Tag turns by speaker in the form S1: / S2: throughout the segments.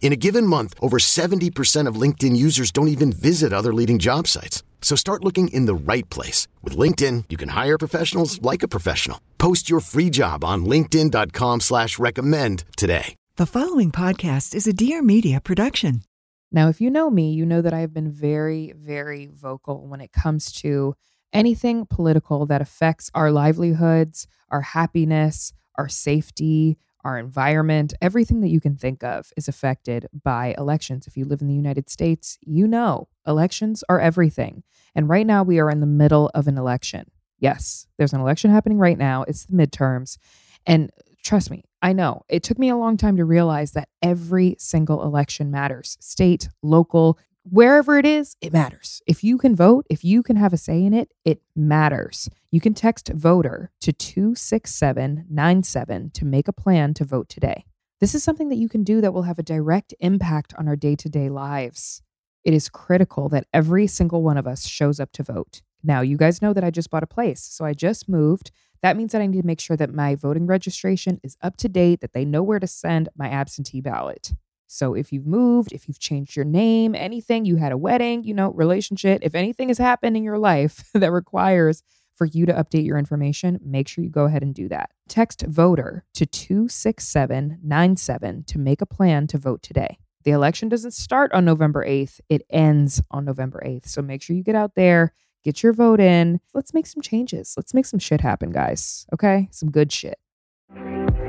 S1: In a given month, over 70% of LinkedIn users don't even visit other leading job sites. So start looking in the right place. With LinkedIn, you can hire professionals like a professional. Post your free job on linkedin.com/recommend slash recommend today.
S2: The following podcast is a Dear Media production.
S3: Now, if you know me, you know that I have been very, very vocal when it comes to anything political that affects our livelihoods, our happiness, our safety, our environment. Everything that you can think of is affected by elections. If you live in the United States, you know elections are everything. And right now, we are in the middle of an election. Yes, there's an election happening right now, it's the midterms. And trust me, I know it took me a long time to realize that every single election matters state, local, wherever it is, it matters. If you can vote, if you can have a say in it, it matters. You can text voter to 26797 to make a plan to vote today. This is something that you can do that will have a direct impact on our day to day lives. It is critical that every single one of us shows up to vote. Now, you guys know that I just bought a place, so I just moved. That means that I need to make sure that my voting registration is up to date, that they know where to send my absentee ballot. So if you've moved, if you've changed your name, anything, you had a wedding, you know, relationship, if anything has happened in your life that requires for you to update your information, make sure you go ahead and do that. Text voter to 26797 to make a plan to vote today. The election doesn't start on November 8th, it ends on November 8th. So make sure you get out there, get your vote in. Let's make some changes. Let's make some shit happen, guys. Okay? Some good shit.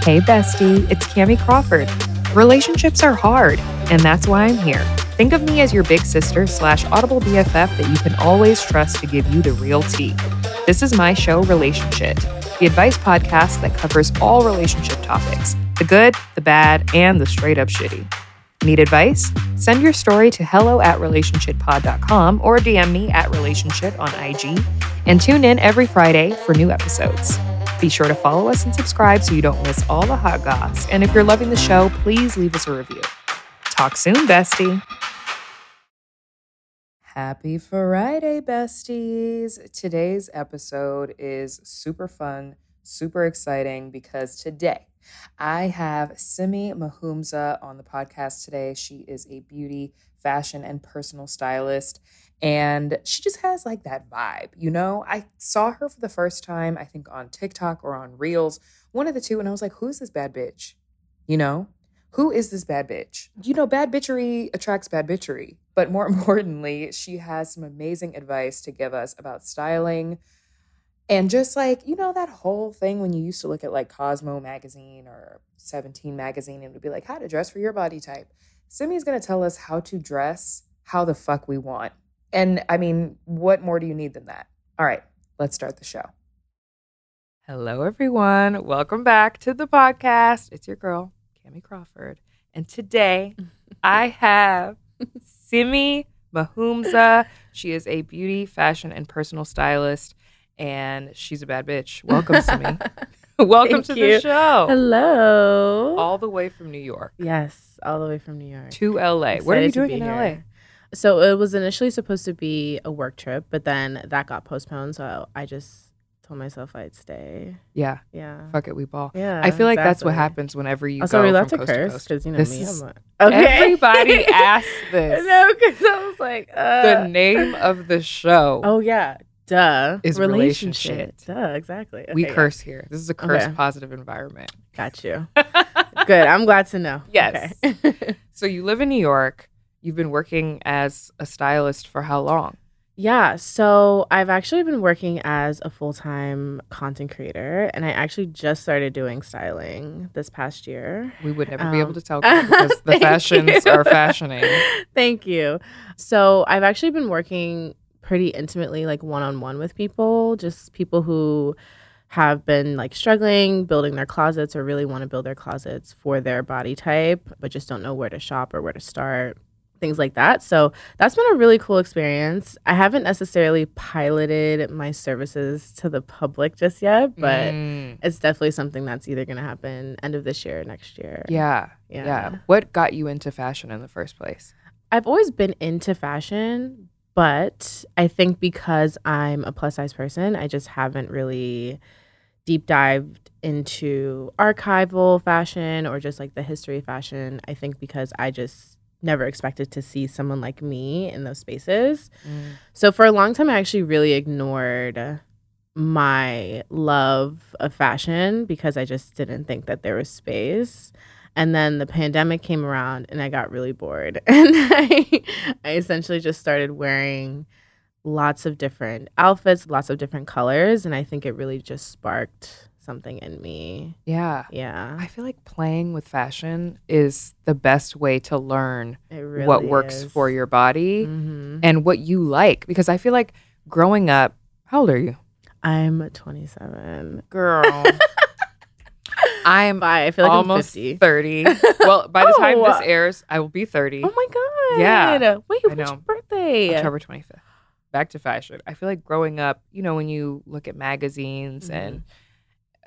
S3: Hey, bestie, it's Cami Crawford. Relationships are hard, and that's why I'm here. Think of me as your big sister slash audible BFF that you can always trust to give you the real tea. This is my show, Relationship, the advice podcast that covers all relationship topics the good, the bad, and the straight up shitty. Need advice? Send your story to hello at relationshippod.com or DM me at relationship on IG and tune in every Friday for new episodes. Be sure to follow us and subscribe so you don't miss all the hot goss. And if you're loving the show, please leave us a review. Talk soon, bestie. Happy Friday, besties. Today's episode is super fun, super exciting because today I have Simi Mahumza on the podcast today. She is a beauty, fashion, and personal stylist and she just has like that vibe, you know? I saw her for the first time, I think on TikTok or on Reels, one of the two, and I was like, who's this bad bitch? You know? Who is this bad bitch? You know, bad bitchery attracts bad bitchery. But more importantly, she has some amazing advice to give us about styling and just like, you know, that whole thing when you used to look at like Cosmo magazine or 17 magazine and it would be like, how to dress for your body type. Simi's gonna tell us how to dress how the fuck we want. And I mean, what more do you need than that? All right, let's start the show. Hello, everyone. Welcome back to the podcast. It's your girl, Cami Crawford. And today I have Simi Mahumza. She is a beauty, fashion, and personal stylist, and she's a bad bitch. Welcome, Simi. Welcome
S4: Thank
S3: to the
S4: you.
S3: show.
S4: Hello.
S3: Oh. All the way from New York
S4: yes, all the way from New York.
S3: to LA. what are you
S4: Excited to
S3: doing
S4: be
S3: in
S4: here.
S3: LA?
S4: So it was initially supposed to be a work trip, but then that got postponed. So I just told myself I'd stay.
S3: Yeah.
S4: Yeah.
S3: Fuck it, we ball.
S4: Yeah.
S3: I feel like that's what
S4: exactly.
S3: happens whenever you
S4: Also,
S3: go
S4: are we allowed to
S3: from coast to
S4: curse?
S3: coast.
S4: Because you know
S3: This
S4: me.
S3: is-
S4: I'm like, okay.
S3: Everybody asks this.
S4: no, because I was like, uh,
S3: the name of the show.
S4: Oh yeah, duh.
S3: is relationship.
S4: Duh, exactly.
S3: we
S4: Okay, yeah.
S3: curse here. This is a curse
S4: Okay.
S3: positive environment.
S4: Got you. Good. I'm glad to know.
S3: Yes.
S4: Okay.
S3: So you live in New York. You've been working as a stylist for how long?
S4: yeah. So I've actually been working as a full time content creator, and I actually just started doing styling this past year.
S3: We would never be able
S4: Um,
S3: to tell because the
S4: Thank
S3: fashions
S4: you.
S3: are fashioning.
S4: Thank you. So I've actually been working pretty intimately, like one on one with people, just people who have been like struggling building their closets or really want to build their closets for their body type, but just don't know where to shop or where to start, things like that. So that's been a really cool experience. I haven't necessarily piloted my services to the public just yet, but
S3: Mm,
S4: it's definitely something that's either going to happen end of this year or next year.
S3: yeah, yeah, What got you into fashion in the first place?
S4: I've always been into fashion, but I think because I'm a plus size person, I just haven't really deep dived into archival fashion or just like the history of fashion. I think because I just never expected to see someone like me in those spaces. So for a long time, I actually really ignored my love of fashion because I just didn't think that there was space. And then the pandemic came around and I got really bored. And I, I essentially just started wearing lots of different outfits, lots of different colors. And I think it really just sparked something in me.
S3: Yeah.
S4: Yeah.
S3: I feel like playing with fashion is the best way to learn
S4: It really
S3: what works
S4: is.
S3: for your body
S4: Mhm.
S3: and what you like. Because I feel like growing up, how old are you?
S4: I'm 27.
S3: Girl. I'm
S4: Bye. I feel like
S3: almost
S4: I'm 50.
S3: 30. Well, by the time this
S4: Oh.
S3: airs, I will be 30.
S4: Oh my God.
S3: Yeah.
S4: Wait,
S3: I
S4: when's
S3: know.
S4: your birthday?
S3: October 25th. Back to fashion. I feel like growing up, you know, when you look at magazines
S4: Mhm.
S3: and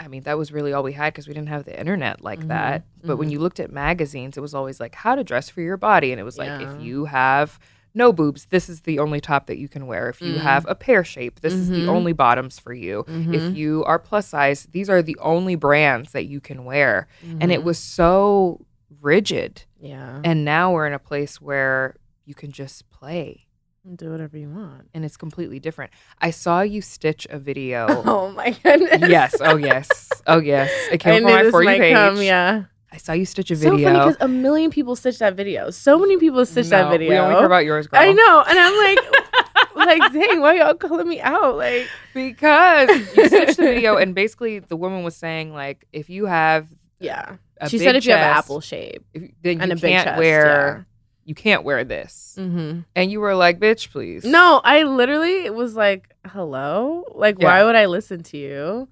S3: I mean, that was really all we had because we didn't have the internet like
S4: Mhm.
S3: that. But when
S4: Mhm.
S3: you looked at magazines, it was always like how to dress for your body. And it was like,
S4: Yeah.
S3: if you have no boobs, this is the only top that you can wear. If you
S4: Mm.
S3: have a pear shape, this is
S4: Mhm.
S3: the only bottoms for you.
S4: Mm-hmm.
S3: If you are plus size, these are the only brands that you can wear. And it was so rigid.
S4: Mm-hmm. yeah.
S3: And now we're in a place where you can just play
S4: do whatever you want.
S3: and it's completely different. I saw you stitch a video.
S4: Oh my goodness.
S3: yes. Oh yes. Oh yes. It
S4: I
S3: came
S4: knew
S3: from my
S4: this
S3: for you
S4: might
S3: page.
S4: come, yeah.
S3: I saw you stitch a
S4: So funny
S3: video.
S4: because a million people stitched that video. So many people stitched
S3: No,
S4: that video.
S3: We only hear about yours, girl.
S4: I know, and I'm like, like, dang, why y'all calling me out? Like,
S3: because you stitched the video, and basically the woman was saying like, if you have
S4: yeah.
S3: a
S4: she
S3: big
S4: said if you have an
S3: chest,
S4: apple shape
S3: if- then you
S4: and a
S3: can't
S4: big chest,
S3: wear you can't wear this.
S4: yeah. Mhm.
S3: And you were like, bitch, please.
S4: No, I literally was like, hello? Like,
S3: Yeah.
S4: why would I listen to you?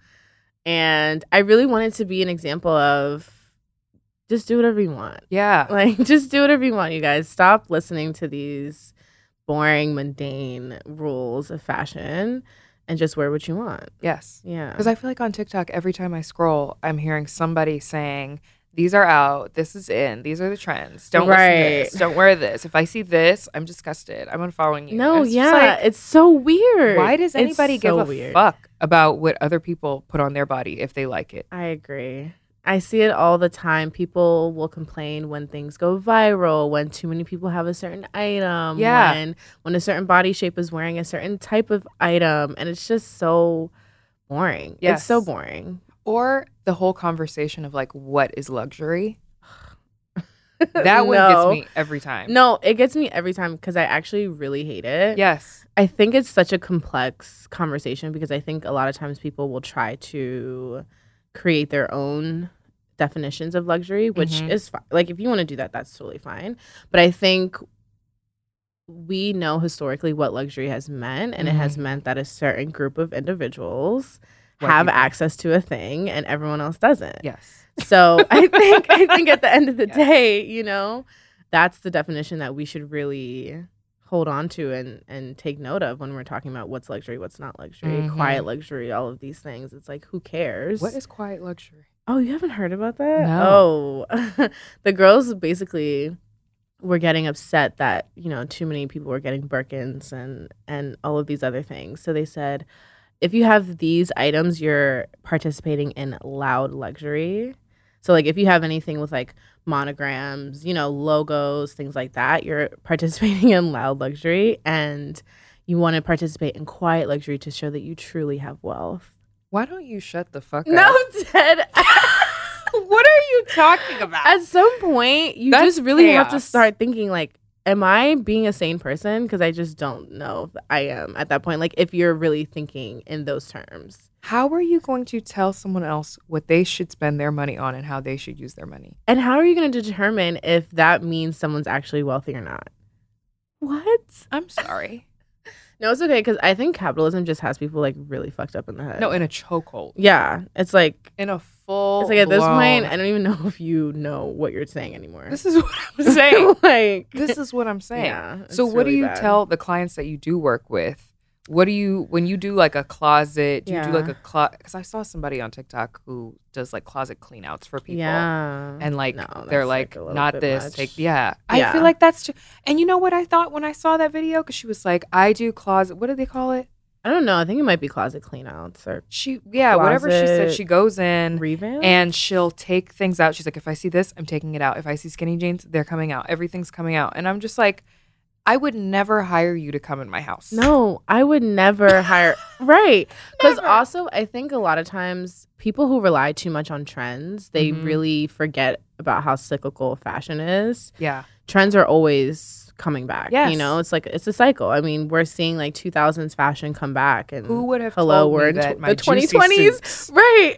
S4: And I really wanted to be an example of just do whatever you want.
S3: Yeah.
S4: Like, just do whatever you want, you guys. Stop listening to these boring, mundane rules of fashion and just wear what you want.
S3: yes.
S4: Yeah.
S3: Because I feel like on TikTok, every time I scroll, I'm hearing somebody saying, these are out, this is in, these are the trends. Don't listen to
S4: Right.
S3: this. Don't wear this. If I see this, I'm disgusted. I'm unfollowing you.
S4: no,
S3: And it's just
S4: yeah. it's so weird.
S3: like, why does
S4: It's
S3: anybody give
S4: so
S3: a
S4: weird.
S3: fuck about what other people put on their body if they like it?
S4: I agree. I see it all the time. People will complain when things go viral, when too many people have a certain item,
S3: Yeah.
S4: when when a certain body shape is wearing a certain type of item, and it's just so boring. It's so
S3: Yes.
S4: boring.
S3: Or the whole conversation of like, what is luxury? That one
S4: No.
S3: gets me every time.
S4: No, it gets me every time because I actually really hate it.
S3: Yes.
S4: I think it's such a complex conversation because I think a lot of times people will try to create their own definitions of luxury, which
S3: Mhm.
S4: is fine. Like, if you want to do that, that's totally fine. But I think we know historically what luxury has meant, and it has meant that a certain group of individuals
S3: Mm-hmm. White
S4: have
S3: people.
S4: access to a thing and everyone else doesn't.
S3: Yes.
S4: So I think I think at the end of the
S3: Yes.
S4: day, you know, that's the definition that we should really hold on to and and take note of when we're talking about what's luxury, what's not luxury,
S3: Mhm.
S4: quiet luxury, all of these things. It's like who cares?
S3: What is quiet luxury?
S4: Oh, you haven't heard about that?
S3: No.
S4: Oh. the girls basically were getting upset that, you know, too many people were getting Birkins and and all of these other things. So they said if you have these items, you're participating in loud luxury. So like if you have anything with like monograms, you know, logos, things like that, you're participating in loud luxury and you want to participate in quiet luxury to show that you truly have wealth.
S3: Why don't you shut the fuck
S4: No,
S3: up?
S4: Ted.
S3: what are you talking about?
S4: At some point, you
S3: That's
S4: just really have to
S3: chaos.
S4: start thinking like, am I being a sane person? Because I just don't know if I am at that point. Like if you're really thinking in those terms.
S3: how are you going to tell someone else what they should spend their money on and how they should use their money?
S4: And how are you going to determine if that means someone's actually wealthy or not? What?
S3: I'm sorry.
S4: No, it's okay because I think capitalism just has people like really fucked up in the head.
S3: no, in a chokehold.
S4: yeah, it's like
S3: In a full.
S4: it's like at this
S3: blown-
S4: point, I don't even know if you know what you're saying anymore.
S3: Oh, This is what I'm saying.
S4: like
S3: this is what I'm saying.
S4: Yeah,
S3: so
S4: it's
S3: what do
S4: really
S3: you
S4: bad.
S3: tell the clients that you do work with? What do you when you do like a closet? Do you do like
S4: Yeah.
S3: a closet? Because I saw somebody on TikTok who does like closet cleanouts for people.
S4: yeah,
S3: And like
S4: No,
S3: they're
S4: that's,
S3: like,
S4: a little
S3: not
S4: bit
S3: this.
S4: much.
S3: Take yeah. I
S4: Yeah.
S3: feel like that's. Too- and you know what I thought when I saw that video? Because she was like, I do closet. What do they call it?
S4: I don't know. I think it might be closet cleanouts or
S3: She yeah, whatever she said.
S4: Closet
S3: She goes in
S4: revamp.
S3: and she'll take things out. She's like, if I see this, I'm taking it out. If I see skinny jeans, they're coming out. Everything's coming out. And I'm just like, I would never hire you to come in my house.
S4: No, I would never hire. right. Because
S3: Never.
S4: also, I think a lot of times people who rely too much on trends, they
S3: Mhm.
S4: really forget about how cyclical fashion is.
S3: Yeah.
S4: Trends are always coming back.
S3: Yes.
S4: You know, it's like it's a cycle. I mean, we're seeing like 2000s fashion come back and
S3: Who would have
S4: Mm. hello,
S3: told
S4: we're
S3: me
S4: in
S3: that
S4: tw-
S3: my
S4: the
S3: juicy
S4: 2020s
S3: suits
S4: right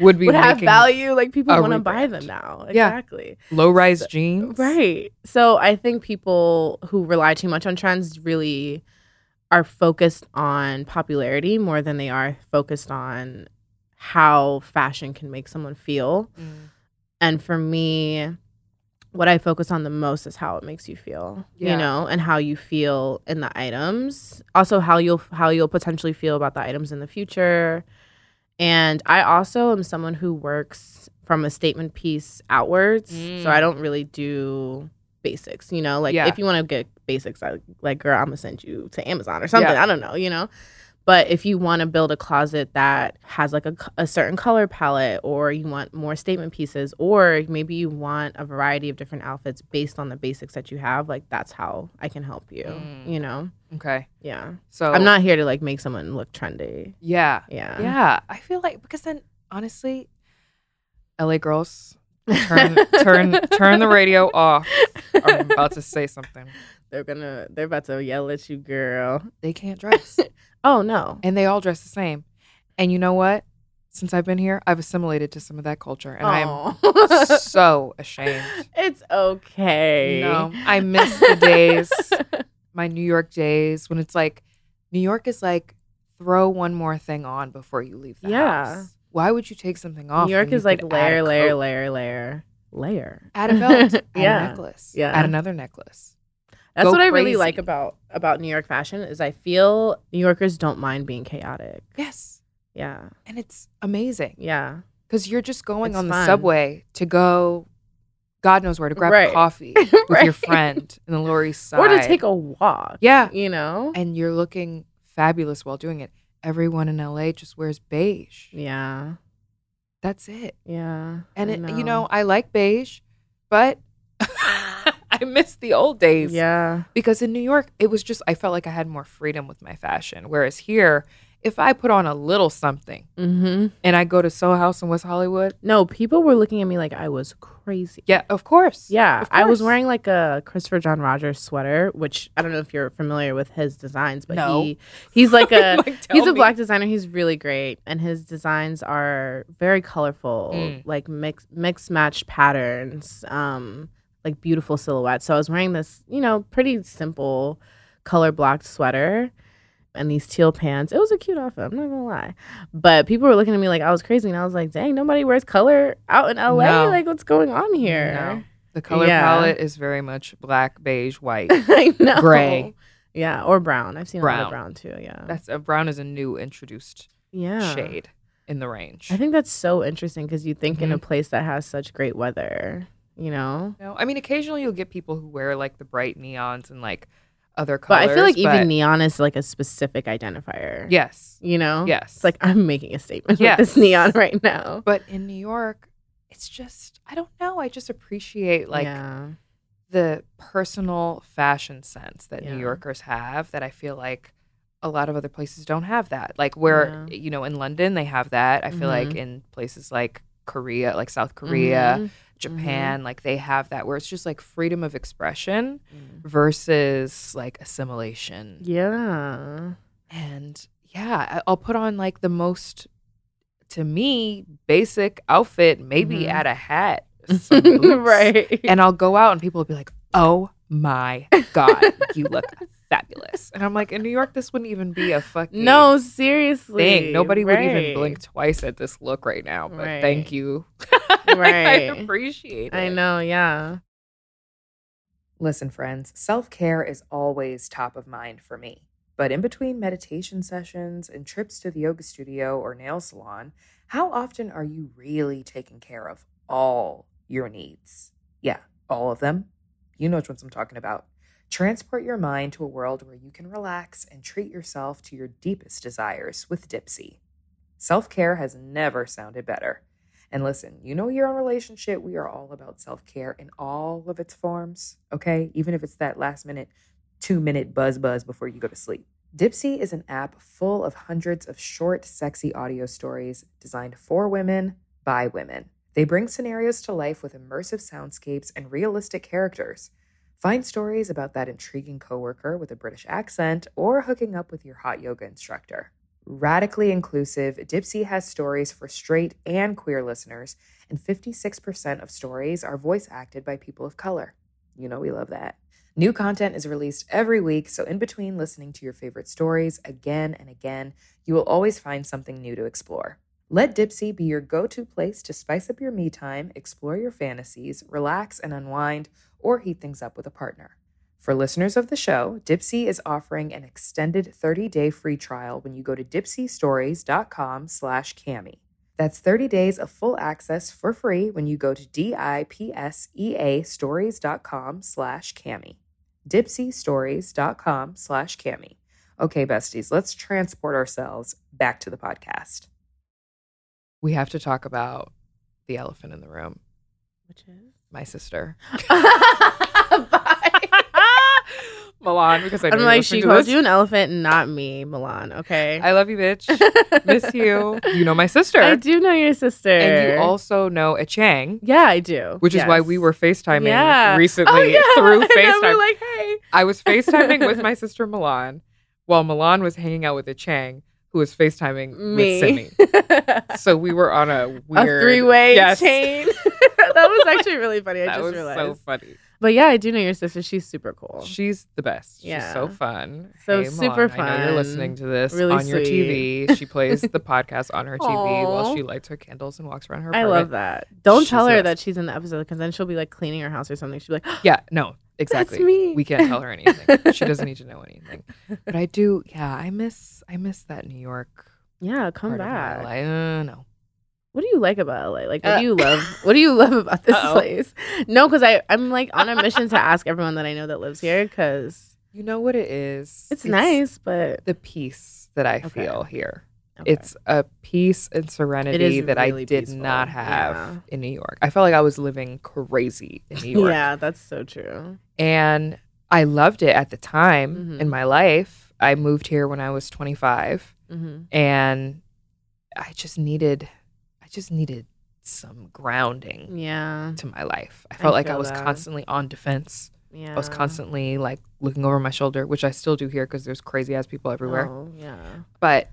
S3: would be
S4: would have
S3: making
S4: value like people
S3: a
S4: want to buy
S3: rebrand.
S4: them now.
S3: Yeah.
S4: Exactly.
S3: low-rise jeans?
S4: Right. So I think people who rely too much on trends really are focused on popularity more than they are focused on how fashion can make someone feel.
S3: Mm.
S4: And for me, what I focus on the most is how it makes you feel,
S3: Yeah.
S4: you know, and how you feel in the items. Also how you'll how you'll potentially feel about the items in the future. And I also am someone who works from a statement piece outwards.
S3: Mm.
S4: So I don't really do basics, you know, like
S3: Yeah.
S4: if you want to get basics, I, like girl, I'm gonna send you to Amazon or something.
S3: Yeah.
S4: I don't know, you know. But if you want to build a closet that has like a, c- a certain color palette, or you want more statement pieces, or maybe you want a variety of different outfits based on the basics that you have, like that's how I can help you,
S3: Mm.
S4: you know?
S3: Okay.
S4: Yeah.
S3: So
S4: I'm not here to like make someone look trendy.
S3: Yeah.
S4: Yeah.
S3: Yeah. I feel like because then honestly, LA girls turn turn turn the um, radio off. I'm about to say something.
S4: They're gonna, they're about to yell at you, girl.
S3: They can't dress.
S4: Oh no.
S3: and they all dress the same. And you know what? Since I've been here, I've assimilated to some of that culture, and I'm
S4: Aw.
S3: so ashamed.
S4: it's okay.
S3: No, I miss the days, my New York days, when it's like New York is like throw one more thing on before you leave the
S4: Yeah.
S3: house. Why would you take something off?
S4: New York
S3: when you
S4: is like
S3: could add
S4: layer,
S3: a
S4: layer,
S3: coat?
S4: layer, layer, layer.
S3: Add a belt, add a
S4: yeah.
S3: necklace,
S4: Yeah.
S3: add another necklace.
S4: That's
S3: Go
S4: what I really like
S3: crazy.
S4: about about New York fashion is I feel New Yorkers don't mind being chaotic.
S3: Yes,
S4: Yeah.
S3: and it's amazing.
S4: Yeah.
S3: because you're just going
S4: It's
S3: on the
S4: fun.
S3: subway to go, God knows where to grab
S4: Right.
S3: coffee with your
S4: Right.
S3: friend in the Lower East Side,
S4: Or to take a walk.
S3: yeah,
S4: You know?
S3: and you're looking fabulous while doing it. Everyone in LA just wears beige.
S4: yeah.
S3: That's it.
S4: Yeah.
S3: And
S4: I
S3: it, you know, I like beige, but I miss the old days.
S4: Yeah.
S3: Because in New York, it was just I felt like I had more freedom with my fashion. Whereas here, if I put on a little something
S4: Mm-hmm.
S3: and I go to Soho House in West Hollywood,
S4: No, people were looking at me like I was crazy.
S3: yeah, of course.
S4: Yeah,
S3: Of
S4: I was
S3: course.
S4: wearing like a Christopher John Rogers sweater, which I don't know if you're familiar with his designs, but
S3: No.
S4: he he's like a
S3: tell
S4: he's a
S3: me.
S4: black designer. He's really great, and his designs are very colorful,
S3: Mm.
S4: like mix mix match patterns, um, like beautiful silhouettes. So I was wearing this, you know, pretty simple color blocked sweater and these teal pants. It was a cute outfit. I'm not gonna lie, but people were looking at me like I was crazy, and I was like, "Dang, nobody wears color out in LA.
S3: No.
S4: Like, what's going on here?"
S3: No. The color
S4: Yeah.
S3: palette is very much black, beige, white.
S4: I know.
S3: Gray.
S4: Yeah, or brown. I've seen a lot of
S3: Brown.
S4: brown too. Yeah.
S3: That's uh, brown is a new introduced
S4: yeah.
S3: shade in the range.
S4: I think that's so interesting because you think in a
S5: Mm-hmm.
S3: Mhm.
S4: place that has such great weather, you know?
S3: no, I mean occasionally you'll get people who wear like the bright neons and like
S5: other
S4: But
S5: colors.
S4: I feel like even
S5: but-
S4: neon is like a specific identifier.
S5: Yes.
S4: You know?
S5: Yes.
S4: It's like I'm making a statement
S5: Yes.
S4: with this neon right now.
S5: But in New York, it's just I don't know. I just appreciate like
S4: yeah.
S5: the personal fashion sense that
S4: Yeah.
S5: New Yorkers have that I feel like a lot of other places don't have that. Like where
S4: Yeah.
S5: you know in London they have that. I feel like
S4: Mhm.
S5: in places like Korea, like South Korea,
S4: Mhm.
S5: Japan, like they have that where it's just like freedom of expression
S4: Mm-hmm.
S5: versus like assimilation.
S4: Yeah.
S5: And yeah, I- I'll put on like the most to me basic outfit, maybe
S4: Mhm.
S5: add a hat, some boots,
S4: right.
S5: and I'll go out and people will be like, "Oh my god, you look fabulous!" And I'm like, in New York, this wouldn't even be a fucking
S4: no, seriously.
S5: thing. Nobody would even
S4: Right.
S5: blink twice at this look right now. But
S4: Right.
S5: thank you, I
S4: Right.
S5: appreciate it.
S4: I know, yeah.
S3: Listen, friends, self care is always top of mind for me. But in between meditation sessions and trips to the yoga studio or nail salon, how often are you really taking care of all your needs? Yeah, all of them. You know which ones I'm talking about. Transport your mind to a world where you can relax and treat yourself to your deepest desires with Dipsy. Self care has never sounded better. And listen, you know, your own relationship, we are all about self care in all of its forms, okay? Even if it's that last minute, two minute buzz buzz before you go to sleep. Dipsy is an app full of hundreds of short, sexy audio stories designed for women by women. They bring scenarios to life with immersive soundscapes and realistic characters. Find stories about that intriguing coworker with a British accent or hooking up with your hot yoga instructor. Radically inclusive, Dipsy has stories for straight and queer listeners, and 56% of stories are voice acted by people of color. You know, we love that. New content is released every week, so in between listening to your favorite stories again and again, you will always find something new to explore. Let Dipsy be your go to place to spice up your me time, explore your fantasies, relax and unwind, or heat things up with a partner. For listeners of the show, Dipsy is offering an extended 30-day free trial when you go to dipsystories.com slash cami. That's 30 days of full access for free when you go to D-I-P-S-E-A stories.com slash cami. Dipsystories.com slash cami. Okay, besties, let's transport ourselves back to the podcast.
S5: we have to talk about the elephant in the room.
S4: Which is
S5: My sister,
S4: Bye.
S5: Milan, because I know
S4: I'm
S5: you're
S4: like,
S5: listening
S4: she
S5: to
S4: called
S5: this.
S4: you an elephant, not me, Milan, okay?
S5: I love you, bitch. Miss you. You know my sister.
S4: I do know your sister.
S5: And you also know a Chang,
S4: Yeah, I do.
S5: which is why
S4: Yes.
S5: we were FaceTiming
S4: Yeah.
S5: recently
S4: Oh, yeah.
S5: through
S4: And then
S5: FaceTime.
S4: We're like, hey.
S5: I was FaceTiming with my sister Milan while Milan was hanging out with a Chang who was FaceTiming with
S4: Me.
S5: Simi. So we were on a
S4: a
S5: weird
S4: three way
S5: Yes.
S4: chain. that was actually really funny. I
S5: That
S4: just
S5: was
S4: realized.
S5: so funny.
S4: But yeah, I do know your sister. She's super cool.
S5: She's the best. She's so
S4: Yeah.
S5: fun.
S4: So
S5: Hey, Milan,
S4: super
S5: I know you're
S4: fun.
S5: listening to this
S4: Really
S5: on your TV. She plays the podcast on her TV while
S4: Aw.
S5: she lights her candles and walks around her
S4: I
S5: apartment.
S4: love that. Don't
S5: She's
S4: tell
S5: the
S4: her
S5: best.
S4: that she's in the episode because then she'll be like cleaning her house or something. She'll be like,
S5: Yeah, no, exactly.
S4: me.
S5: We can't tell her anything. she doesn't need to know anything. But I do. Yeah, I miss. I miss that New York.
S4: yeah, come
S5: part of my
S4: back.
S5: life. Uh, no.
S4: What do you like about LA? Like, what
S5: Uh,
S4: do you love? What do you love about this
S5: Uh-oh.
S4: place? No, because I I'm like on a mission to ask everyone that I know that lives here because
S5: You know what it is?
S4: it's, nice, but
S5: The peace that I
S4: Okay.
S5: feel here.
S4: Okay.
S5: It's a peace and serenity that I
S4: really
S5: did
S4: peaceful.
S5: not have
S4: Yeah.
S5: in New York. I felt like I was living crazy in New York.
S4: yeah, that's so true.
S5: And I loved it at the time
S4: Mhm.
S5: in my life. I moved here when I was 25
S4: Mm-hmm.
S5: and I just needed I just needed some grounding
S4: Yeah,
S5: to my life. I felt like I
S4: feel
S5: was
S4: that.
S5: constantly on defense.
S4: yeah.
S5: I was constantly like looking over my shoulder, which I still do here because there's crazy ass people everywhere.
S4: Oh, yeah.
S5: But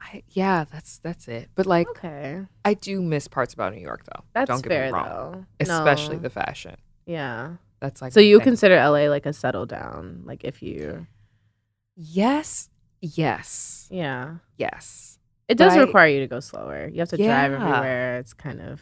S5: I, yeah, that's that's it. But like,
S4: Okay,
S5: I do miss parts about New York though.
S4: that's
S5: Don't get
S4: fair
S5: me wrong.
S4: though.
S5: Especially
S4: No.
S5: the fashion.
S4: yeah.
S5: That's like
S4: So
S5: my
S4: you
S5: thing.
S4: consider LA like a settle down, like if you
S5: yes, yes,
S4: yeah.
S5: yes,
S4: It does
S5: But I-
S4: require you to go slower. You have to drive
S5: Yeah.
S4: everywhere. It's kind of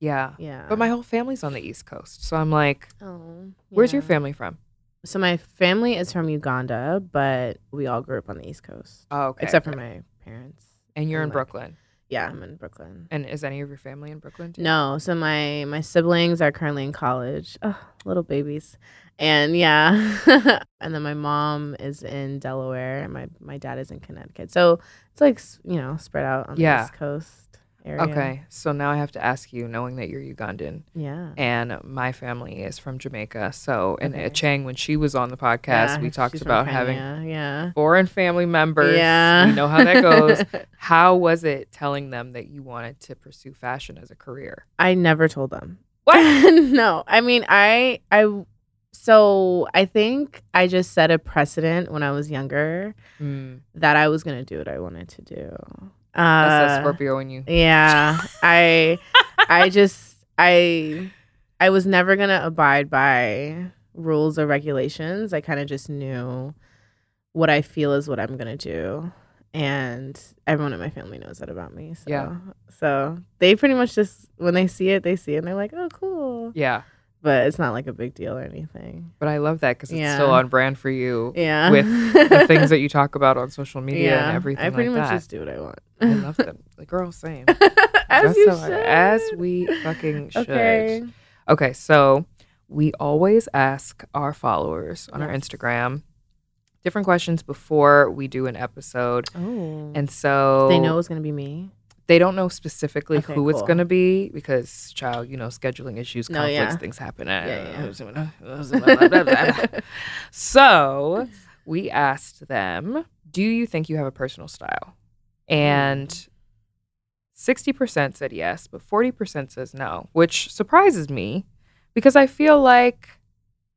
S5: yeah.
S4: yeah.
S5: But my whole family's on the East Coast, so I'm like,
S4: oh,
S5: where's your
S4: yeah.
S5: family from?
S4: So my family is from Uganda, but we all grew up on the East Coast,
S5: Oh, okay.
S4: except for
S5: okay.
S4: my parents.
S5: And you're in
S4: like-
S5: Brooklyn.
S4: Yeah, I'm in Brooklyn.
S5: And is any of your family in Brooklyn? Too?
S4: No, so my my siblings are currently in college. Ugh, little babies. And yeah. and then my mom is in Delaware and my my dad is in Connecticut. So it's like, s- you know, spread out on
S5: Yeah.
S4: the East Coast area.
S5: Okay, so now I have to ask you, knowing that you're Ugandan,
S4: Yeah.
S5: and my family is from Jamaica. So, and
S4: Okay.
S5: Chang, when she was on the podcast,
S4: Yeah,
S5: we talked
S4: she's from
S5: about having
S4: Kenya, yeah.
S5: foreign family members.
S4: Yeah.
S5: We know how that goes. how was it telling them that you wanted to pursue fashion as a career?
S4: I never told them.
S5: What?
S4: no, I mean, I, I, so I think I just set a precedent when I was younger
S5: mm,
S4: that I was gonna do what I wanted to do.
S5: that's that
S4: Uh,
S5: Scorpio in you.
S4: yeah, I, I just, I, I was never gonna abide by rules or regulations. I kind of just knew what I feel is what I'm gonna do. And everyone in my family knows that about me. So,
S5: Yeah.
S4: so they pretty much just when they see it, they see it and they're like, "Oh, cool."
S5: Yeah,
S4: but it's not like a big deal or anything.
S5: but I love that because it's still
S4: Yeah.
S5: on brand for you.
S4: Yeah.
S5: With the things that you talk about on social media and everything
S4: I pretty
S5: like
S4: much
S5: that.
S4: just do what I want.
S5: I love them. The girl, same.
S4: as
S5: Dress
S4: you
S5: how I-
S4: should.
S5: as we fucking should.
S4: Okay.
S5: Okay, so we always ask our followers on our
S4: Yes.
S5: Instagram different questions before we do an episode.
S4: Oh.
S5: And so
S4: they know it's gonna be me.
S5: they don't know specifically
S4: Okay,
S5: who it's
S4: cool.
S5: going to be because, child, you know, scheduling issues,
S4: No,
S5: conflicts,
S4: yeah.
S5: things happen.
S4: Yeah,
S5: so we asked them, Do you think you have a personal style? And 60% said yes, but 40% says no, which surprises me because I feel like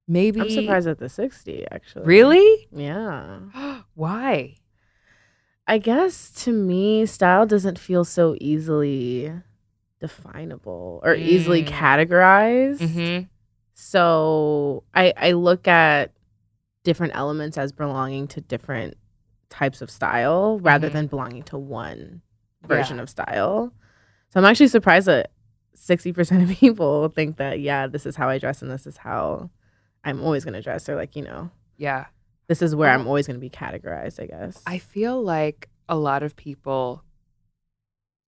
S5: maybe.
S4: I'm surprised at the 60 actually.
S5: Really?
S4: Yeah.
S5: Why?
S4: I guess to me, style doesn't feel so easily definable or easily
S5: Mm. Mm-hmm.
S4: categorized. So I I look at different elements as belonging to different types of style rather
S5: Mhm.
S4: than belonging to one version of style. So I'm actually surprised that 60% of people think that yeah, this is how I dress and this is how I'm always going to dress or like, you know,
S5: Yeah.
S4: this is where I'm
S5: Well-
S4: always going to be categorized, I guess.
S5: Oh. I feel like a lot of people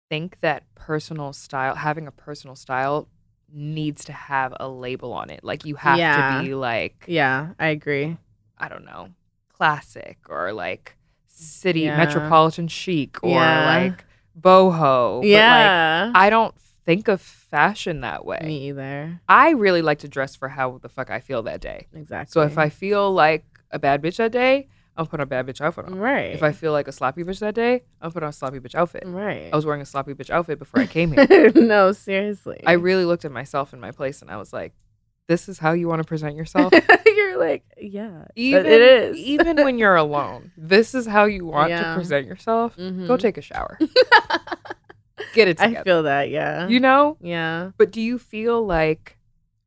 S5: think that personal style, having a personal style, needs to have a label on it. Like you have
S4: Yeah.
S5: to be like,
S4: yeah, I agree.
S5: I don't know, classic or like city
S4: Yeah.
S5: metropolitan chic or
S4: Yeah.
S5: like boho. But,
S4: yeah.
S5: like, I don't think of fashion that way.
S4: me either.
S5: I really like to dress for how the fuck I feel that day.
S4: Exactly.
S5: So if I feel like a bad bitch that day, I'll put a bad bitch outfit on.
S4: right.
S5: If I feel like a sloppy bitch that day, I'll put on a sloppy bitch outfit.
S4: right.
S5: I was wearing a sloppy bitch outfit before I came here.
S4: no, seriously.
S5: I really looked at myself in my place and I was like, this is how you want to present yourself?
S4: You're like, yeah, even, it is.
S5: even when you're alone, this is how you want to
S4: Yeah.
S5: present yourself. Go
S4: Mhm.
S5: take a shower. Get it
S4: I
S5: together.
S4: feel that, yeah,
S5: you know?
S4: yeah,
S5: But do you feel like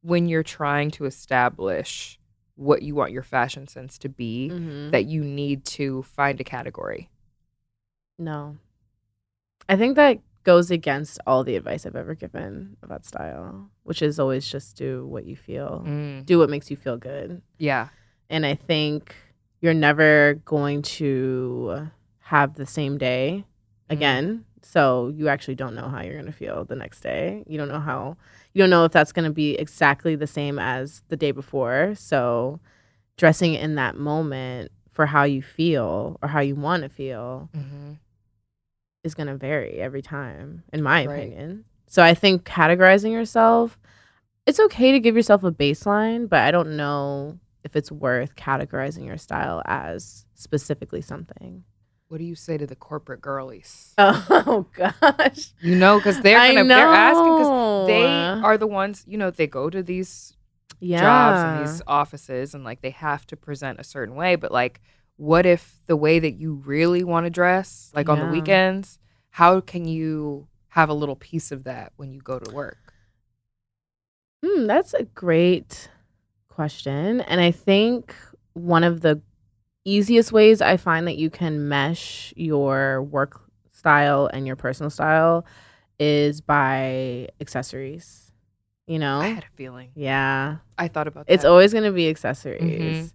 S5: when you're trying to establish what you want your fashion sense to be,
S4: Mhm.
S5: that you need to find a category?
S4: no. I think that goes against all the advice I've ever given about style, which is always just do what you feel,
S3: Mm.
S5: Mm.
S4: do what makes you feel good,
S5: Yeah.
S4: and I think you're never going to have the same day again. So you actually don't know how you're going to feel the next day. You don't know how you don't know if that's going to be exactly the same as the day before. So dressing in that moment for how you feel or how you want to feel
S5: Mm-hmm.
S4: is going to vary every time in my
S5: Right.
S4: opinion. So I think categorizing yourself it's okay to give yourself a baseline, but I don't know if it's worth categorizing your style as specifically something.
S5: What do you say to the corporate girlies?
S4: Oh gosh.
S5: You know, because they're
S4: I
S5: gonna they're asking because they
S4: know.
S5: are the ones you know they go to these
S4: yeah.
S5: jobs and these offices and like they have to present a certain way, but like what if the way that you really want to dress, like on the
S4: Yeah.
S5: weekends, how can you have a little piece of that when you go to work?
S4: Hmm, that's a great question. And I think one of the easiest ways I find that you can mesh your work style and your personal style is by accessories. You know?
S5: I had a feeling.
S4: yeah.
S5: I thought about that. Mm-hmm.
S4: It's always going to be accessories.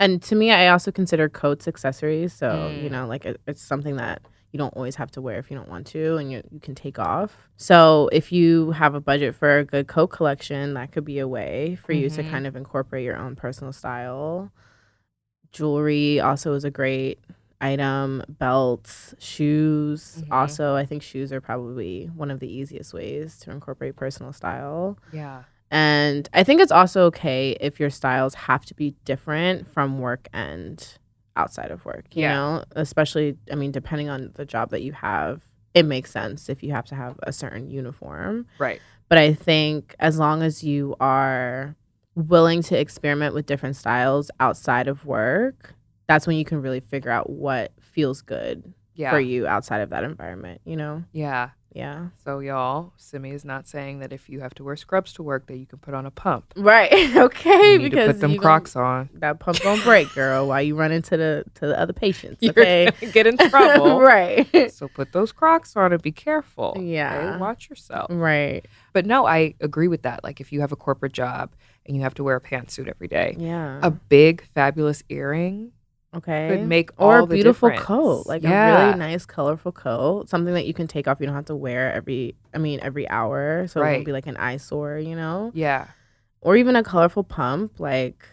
S4: And to me, I also consider coats accessories. So,
S5: Mm.
S4: you know, like it, it's something that you don't always have to wear if you don't want to and you, you can take off. So if you have a budget for a good coat collection, that could be a way for you to
S5: Mhm.
S4: kind of incorporate your own personal style. Jewelry also is a great item, belts, shoes.
S5: Mhm.
S4: Also, I think shoes are probably one of the easiest ways to incorporate personal style.
S5: Yeah.
S4: And I think it's also okay if your styles have to be different from work and outside of work, you
S5: Yeah.
S4: know? Especially, I mean, depending on the job that you have, it makes sense if you have to have a certain uniform.
S5: Right.
S4: But I think as long as you are willing to experiment with different styles outside of work, that's when you can really figure out what feels good
S5: Yeah.
S4: for you outside of that environment, you know?
S5: Yeah.
S4: Yeah.
S5: So y'all, Simi is not saying that if you have to wear scrubs to work that you can put on a pump.
S4: Right. okay.
S5: you need to put them
S4: you gon-
S5: Crocs on.
S4: that pump don't break, girl, while you run into the to the other patients. Okay.
S5: You're gonna get in trouble.
S4: right.
S5: So put those Crocs on and be careful. okay?
S4: Yeah. Mm.
S5: Watch yourself.
S4: Right.
S5: But no, I agree with that. Like if you have a corporate job and you have to wear a pantsuit every day,
S4: Yeah.
S5: a big fabulous earring
S4: okay.
S5: could make
S4: or
S5: all
S4: a
S5: the
S4: beautiful
S5: difference.
S4: coat, like a
S5: Yeah.
S4: really nice, colorful coat, something that you can take off. You don't have to wear every, I mean, every hour, so it
S5: Right.
S4: won't be like an eyesore, you know.
S5: yeah,
S4: Or even a colorful pump. Like,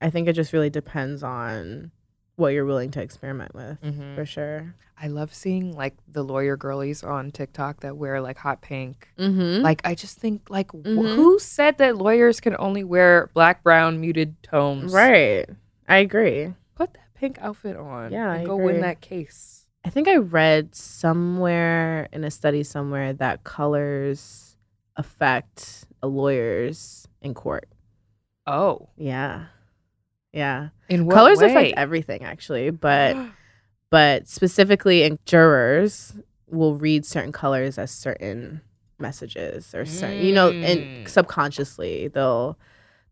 S4: I think it just really depends on what you're willing to experiment with,
S5: Mhm.
S4: for sure.
S5: I love seeing like the lawyer girlies on TikTok that wear like hot pink.
S4: Mm-hmm.
S5: Like I just think like wh-
S4: Mhm.
S5: who said that lawyers can only wear black, brown, muted tones?
S4: Right. I agree.
S5: Put that pink outfit on.
S4: Yeah,
S5: and
S4: I
S5: go
S4: agree.
S5: win that case.
S4: I think I read somewhere in a study somewhere that colors affect a lawyers in court.
S5: Oh,
S4: Yeah. Yeah.
S5: in what
S4: colors
S5: way?
S4: affect everything actually, but but specifically in jurors will read certain colors as certain messages or certain you know, and
S5: Mm.
S4: subconsciously they'll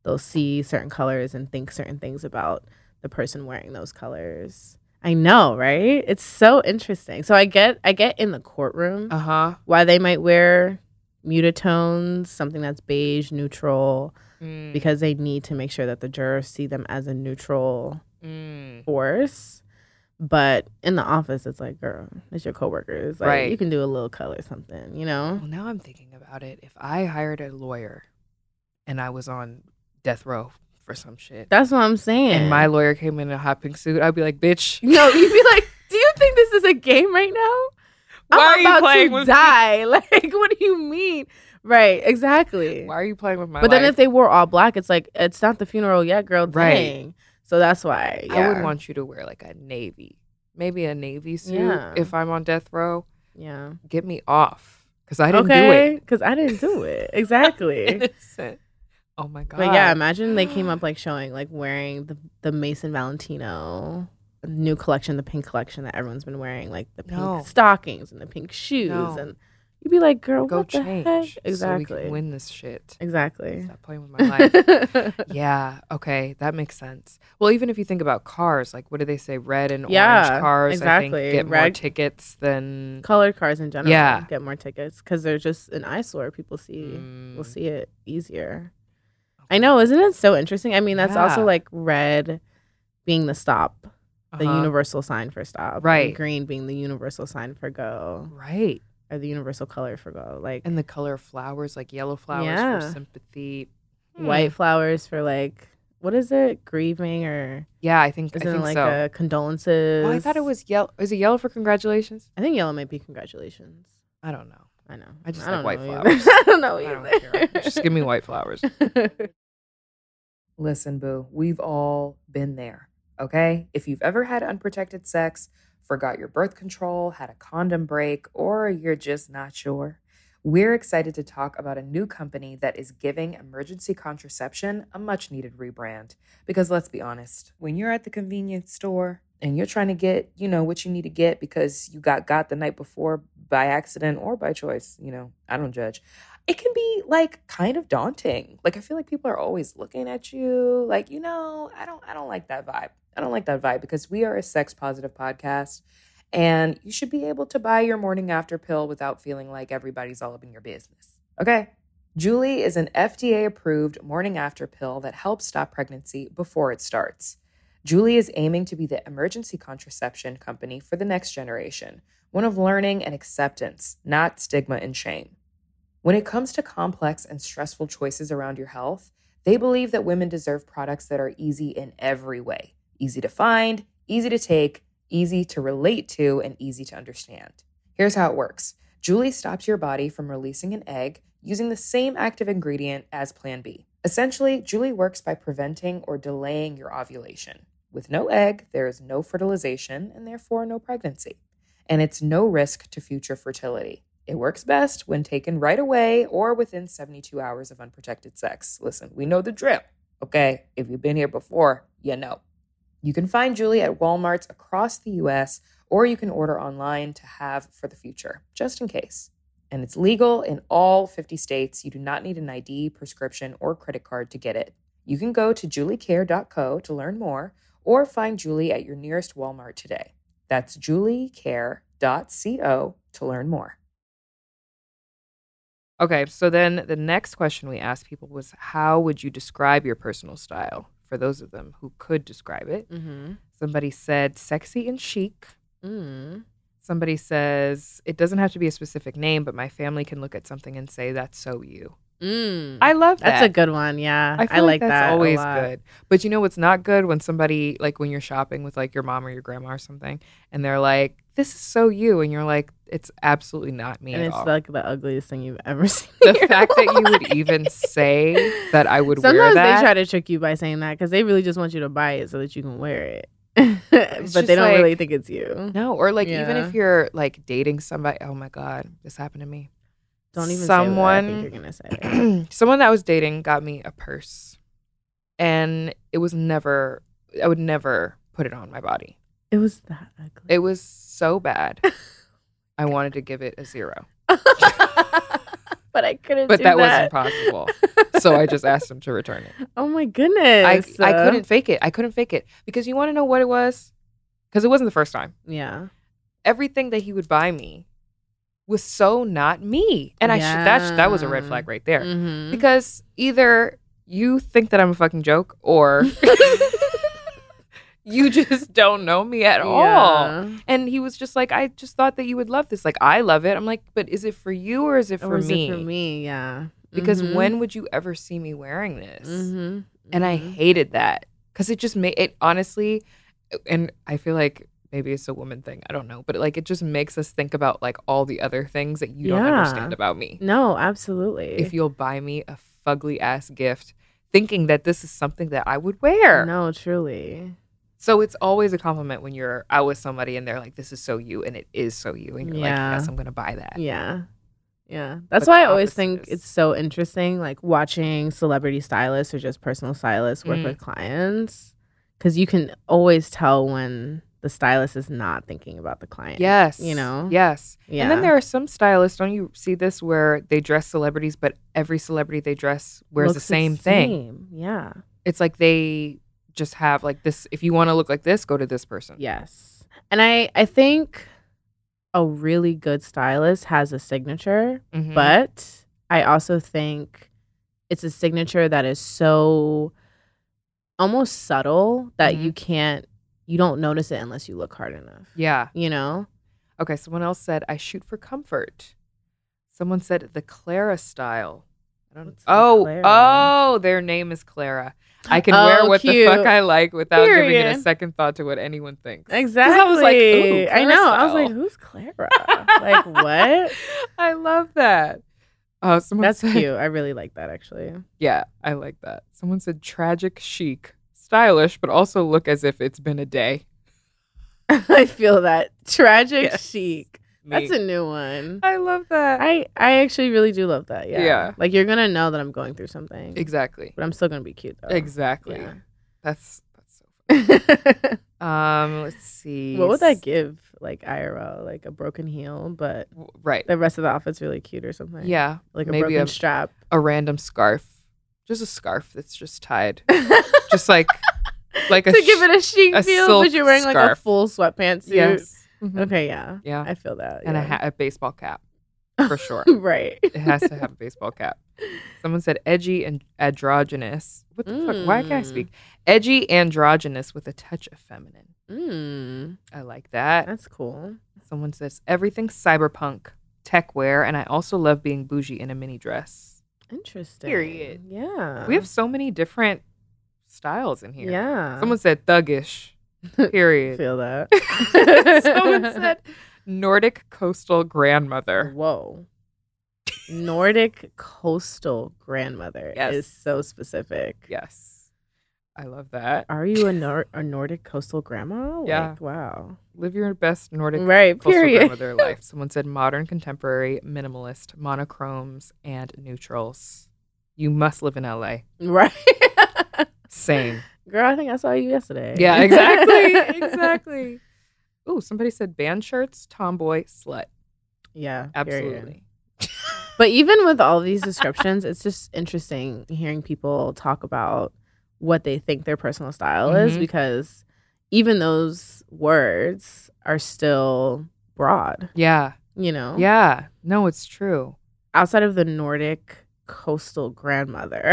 S4: they'll see certain colors and think certain things about the person wearing those colors. I know, right? It's so interesting. So I get I get in the courtroom
S5: uh huh.
S4: why they might wear muted tones, something that's beige, neutral,
S5: Mm,
S4: because they need to make sure that the jurors see them as a neutral
S5: mm.
S4: force. But in the office, it's like, girl, it's your coworkers. Like,
S5: Right.
S4: You can do a little color something, you know?
S5: Well, now I'm thinking about it. If I hired a lawyer and I was on death row for some shit,
S4: That's what I'm saying.
S5: and my lawyer came in in a hot pink suit, I'd be like, bitch,
S4: no, you'd be like, do you think this is a game right now?
S5: Why are
S4: I'm
S5: you
S4: about
S5: playing
S4: to
S5: with me?"
S4: die. Like, what do you mean? Right, exactly.
S5: why are you playing with my
S4: But then
S5: life?
S4: if they wore all black, it's like it's not the funeral yet, girl.
S5: Right.
S4: Dang. So that's why. Yeah.
S5: I would want you to wear like a navy, maybe a navy suit
S4: Yeah.
S5: if I'm on death row.
S4: Yeah.
S5: Get me off because I didn't
S4: okay. Because I didn't do it
S5: do it.
S4: exactly.
S5: Innocent. Oh my God.
S4: but yeah, imagine they came up like showing like wearing the the Mason Valentino new collection, the pink collection that everyone's been wearing, like the pink
S5: No.
S4: stockings and the pink shoes,
S5: No.
S4: and you'd be like, girl,
S5: Go
S4: what the heck?
S5: change. So we
S4: Exactly.
S5: can win this shit.
S4: Exactly.
S5: Stop playing with my life. yeah. Okay. That makes sense. Well, even if you think about cars, like what do they say? Red and
S4: Yeah,
S5: orange cars, I
S4: exactly.
S5: think, get more
S4: Red-
S5: tickets than.
S4: Colored cars in general.
S5: Yeah.
S4: Get more tickets because they're just an eyesore. People see.
S5: Mm,
S4: we'll see it easier. I know, isn't it so interesting? I mean, that's also
S5: Yeah.
S4: like red being the stop, the
S5: uh-huh.
S4: universal sign for stop, and
S5: Right.
S4: green being the universal sign for go,
S5: Right.
S4: or the universal color for go, like
S5: And the color of flowers, like yellow flowers
S4: Yeah.
S5: for sympathy. Hmm.
S4: white flowers for like what is it, grieving or
S5: Yeah, I think, I
S4: isn't it
S5: think
S4: like
S5: so.
S4: a condolences?
S5: Well, I thought it was yellow. Is it yellow for congratulations?
S4: I think yellow might be congratulations.
S5: I don't know.
S4: I know.
S5: I just
S4: I don't
S5: like
S4: know
S5: white
S4: either.
S5: flowers.
S4: I don't know
S5: I don't
S4: either.
S5: care. Just give me white flowers.
S3: Listen, boo, we've all been there, okay? If you've ever had unprotected sex, forgot your birth control, had a condom break, or you're just not sure, we're excited to talk about a new company that is giving emergency contraception a much needed rebrand. Because let's be honest, when you're at the convenience store and you're trying to get, you know, what you need to get because you got got the night before by accident or by choice, you know, I don't judge it can be like kind of daunting. Like I feel like people are always looking at you like, you know, I don't I don't like that vibe. I don't like that vibe because we are a sex positive podcast and you should be able to buy your morning after pill without feeling like everybody's all up in your business. Okay? Julie is an FDA approved morning after pill that helps stop pregnancy before it starts. Julie is aiming to be the emergency contraception company for the next generation, one of learning and acceptance, not stigma and shame. When it comes to complex and stressful choices around your health, they believe that women deserve products that are easy in every way easy to find, easy to take, easy to relate to, and easy to understand. Here's how it works Julie stops your body from releasing an egg using the same active ingredient as Plan B. Essentially, Julie works by preventing or delaying your ovulation. With no egg, there is no fertilization and therefore no pregnancy. And it's no risk to future fertility. It works best when taken right away or within 72 hours of unprotected sex. Listen, we know the drill, okay? If you've been here before, you know. You can find Julie at Walmarts across the US, or you can order online to have for the future, just in case. And it's legal in all 50 states. You do not need an ID, prescription, or credit card to get it. You can go to juliecare.co to learn more or find Julie at your nearest Walmart today. That's juliecare.co to learn more.
S5: Okay, so then the next question we asked people was how would you describe your personal style for those of them who could describe it?
S3: Mm.
S4: Mm-hmm.
S5: Somebody said sexy and chic.
S4: Mm.
S5: Somebody says it doesn't have to be a specific name, but my family can look at something and say that's so you.
S4: Mm.
S5: I love that.
S4: that's a good one. Yeah,
S5: I, feel
S4: like
S5: that's
S4: that. a
S5: Always
S4: lot.
S5: good. But you know what's not good when somebody like when you're shopping with like your mom or your grandma or something, and they're like, "This is so you," and you're like, "It's absolutely not me
S4: and
S5: at
S4: it's
S5: all."
S4: like the ugliest thing you've ever seen. in
S5: the
S4: your
S5: fact that you
S4: life.
S5: would even say that I would
S4: Sometimes
S5: wear that.
S4: they try to trick you by saying that because they really just want you to buy it so that you can wear it,
S5: just
S4: but they don't really
S5: like-
S4: think it's you.
S5: no, or like even
S4: Yeah.
S5: if you're like dating somebody. Oh my god, this happened to me.
S4: Don't even say what I
S5: someone
S4: think you're gonna say.
S5: someone that I was dating got me a purse, and it was never. I would never put it on my body.
S4: it was that ugly.
S5: It was so bad. I wanted to give it a zero,
S4: but I couldn't.
S5: but
S4: do that
S5: that, was impossible. so I just asked him to return it.
S4: Oh my goodness!
S5: I, I
S4: Uh,
S5: couldn't fake it. I couldn't fake it because you want to know what it was? Because it wasn't the first time.
S4: Yeah.
S5: everything that he would buy me was so not me. And I should that sh- that was a red
S4: Yeah.
S5: flag right there.
S4: Mhm.
S5: Because either you think that I'm a fucking joke or you just don't know me at all.
S4: Yeah.
S5: And he was just like, I just thought that you would love this. Like I love it. I'm like, but is it for you or is it for
S4: Or Oh, is
S5: me?
S4: it for me, yeah.
S5: Because
S4: Mhm.
S5: when would you ever see me wearing this?
S4: Mhm.
S5: and I
S4: Mhm.
S5: hated that because it just made it honestly, and I feel like maybe it's a woman thing. I don't know, but like it just makes us think about like all the other things that you don't
S4: Yeah. Mm-hmm.
S5: understand about me.
S4: no, absolutely.
S5: If you'll buy me a fugly ass gift, thinking that this is something that I would wear.
S4: no, truly,
S5: So it's always a compliment when you're out with somebody and they're like, "This is so you," and it is so you, and you're
S4: Yeah.
S5: like, "Yes, I'm gonna buy that."
S4: yeah, yeah. That's
S5: the
S4: why I always
S5: opposite
S4: think
S5: is-
S4: it's so interesting, like watching celebrity stylists or just personal stylists work
S5: Mm.
S4: with clients, because you can always tell when the stylist is not thinking about the client.
S5: Yes.
S4: you know.
S5: Yes.
S4: yeah.
S5: And then there are some stylists, don't you see this, where they dress celebrities, but every celebrity they dress wears the
S4: Looks
S5: same thing.
S4: same, Yeah.
S5: it's like they just have like this if you want to look like this go to this person
S4: Yes. And I I think a really good stylist has a signature,
S5: Mhm.
S4: but I also think it's a signature that is so almost subtle that
S5: Mhm.
S4: you can't you don't notice it unless you look hard enough.
S5: yeah
S4: You know?
S5: okay someone else said i shoot for comfort someone said the clara style I don't,
S4: What's the
S5: oh
S4: Clara?
S5: oh their name is clara i can wear
S4: Oh,
S5: what
S4: cute.
S5: the fuck i like without giving it a
S4: Period.
S5: second thought to what anyone thinks 'Cause
S4: Exactly.
S5: i was like ooh,
S4: I
S5: Clara
S4: know. I was
S5: style.
S4: like, who's Clara? like what?
S5: i love that uh, someone
S4: That's
S5: said-
S4: cute. I really like that actually.
S5: Yeah, I like that. Someone said tragic chic, stylish, but also look as if it's been a day.
S4: I feel that. Tragic
S5: Yes.
S4: chic. That's
S5: Me.
S4: a new one.
S5: I love that.
S4: I I actually really do love that. Yeah.
S5: Yeah.
S4: Like you're gonna know that I'm going through something,
S5: exactly.
S4: but I'm still gonna be cute though.
S5: Exactly.
S4: Yeah.
S5: That's that's so
S4: what
S5: funny. Um, let's see.
S4: would that give like IRL? Like a broken heel, but
S5: W- Right.
S4: the rest of the outfit's really cute or something.
S5: Yeah.
S4: Like a
S5: maybe
S4: broken
S5: a-
S4: strap.
S5: A random scarf. Just a scarf that's just tied. Just like like a
S4: to give it a chic
S5: a
S4: feel, but
S5: silk
S4: you're wearing like a
S5: scarf.
S4: full sweatpants.
S5: yes. Mhm.
S4: Okay. Yeah.
S5: Yeah.
S4: I feel that.
S5: And a
S4: yeah.
S5: hat, a baseball cap. for sure.
S4: right.
S5: It has to have a baseball cap. Someone said edgy and androgynous. What the fuck? Why can't I
S4: Mm.
S5: speak? Edgy androgynous with a touch of feminine.
S4: Mm,
S5: I like that.
S4: that's cool.
S5: Someone says everything cyberpunk, tech wear, and I also love being bougie in a mini dress.
S4: Interesting.
S5: Period.
S4: Yeah.
S5: We have so many different styles in here.
S4: Yeah.
S5: Someone said thuggish. Period.
S4: feel that.
S5: Someone said Nordic coastal grandmother.
S4: Whoa. Nordic coastal grandmother
S5: Yes.
S4: is so specific.
S5: Yes. I love that.
S4: Are you a, Nor- a Nordic coastal grandma? Like,
S5: Yeah.
S4: Wow.
S5: Live your best Nordic
S4: Right.
S5: coastal
S4: Period.
S5: grandmother life. Someone said modern, contemporary, minimalist, monochromes, and neutrals. You must live in LA.
S4: Right.
S5: Same.
S4: Girl, I think I saw you yesterday.
S5: Yeah, exactly. exactly. Ooh, somebody said band shirts, tomboy, slut.
S4: yeah. period.
S5: Absolutely.
S4: But even with all these descriptions, it's just interesting hearing people talk about what they think their personal style is
S5: Mhm.
S4: because even those words are still broad,
S5: Yeah.
S4: you know?
S5: Yeah. No, it's true.
S4: Outside of the Nordic coastal grandmother,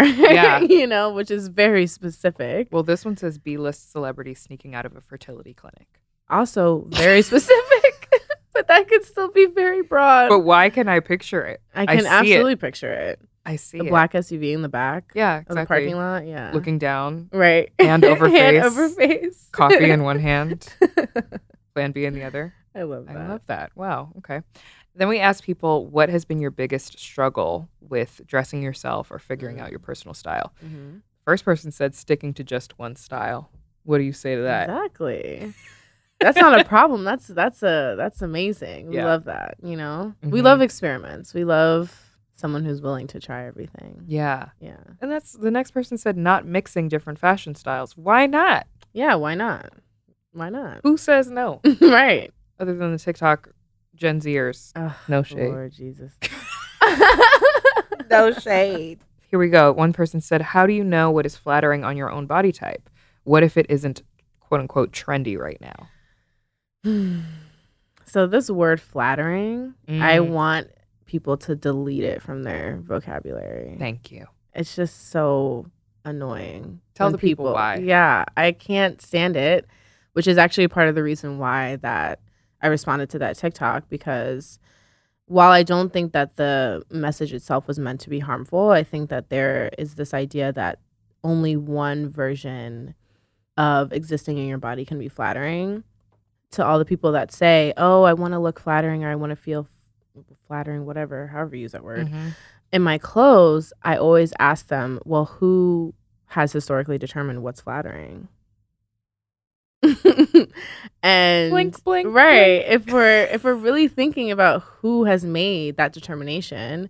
S5: Yeah.
S4: you know, which is very specific.
S5: Well, this one says B list celebrity sneaking out of a fertility clinic.
S4: Also very specific, but that could still be very broad.
S5: But why can I picture it?
S4: I
S5: I
S4: can
S5: see it.
S4: absolutely picture it.
S5: I see
S4: The
S5: it.
S4: black SUV in the back
S5: yeah,
S4: of
S5: exactly.
S4: the parking lot. Yeah.
S5: Looking down,
S4: Right.
S5: Hand over face.
S4: Hand over face.
S5: coffee in one hand, plan B in the other.
S4: I love that.
S5: I love that. Wow. Okay. Then we asked people what has been your biggest struggle with dressing yourself or figuring out your personal style.
S4: Mhm.
S5: First person said sticking to just one style. What do you say to that?
S4: Exactly. That's not a problem. That's that's a that's amazing. We
S5: Yeah.
S4: love that. You know, we
S5: Mhm.
S4: love experiments. We love someone who's willing to try everything.
S5: Yeah.
S4: Yeah.
S5: And that's the next person said not mixing different fashion styles. Why not?
S4: Yeah. Why not? Why not?
S5: Who says no?
S4: right.
S5: Other than the TikTok Gen Zers.
S4: Ugh,
S5: No shade.
S4: Lord Jesus.
S6: No shade.
S5: Here we go. One person said, How do you know what is flattering on your own body type? What if it isn't quote unquote trendy right now?
S4: so this word flattering, I
S5: Mm.
S4: want people to delete it from their vocabulary.
S5: Thank you.
S4: It's just so annoying.
S5: Tell
S4: when
S5: the people why.
S4: Yeah, I can't stand it, which is actually part of the reason why that I responded to that TikTok because while I don't think that the message itself was meant to be harmful, I think that there is this idea that only one version of existing in your body can be flattering to all the people that say, "Oh, I want to look flattering or I want to feel f- flattering whatever, however you use that word."
S5: Mhm.
S4: in my clothes, I always ask them, well, who has historically determined what's flattering? and
S5: Blink, blink.
S4: right, if we're if we're really thinking about who has made that determination,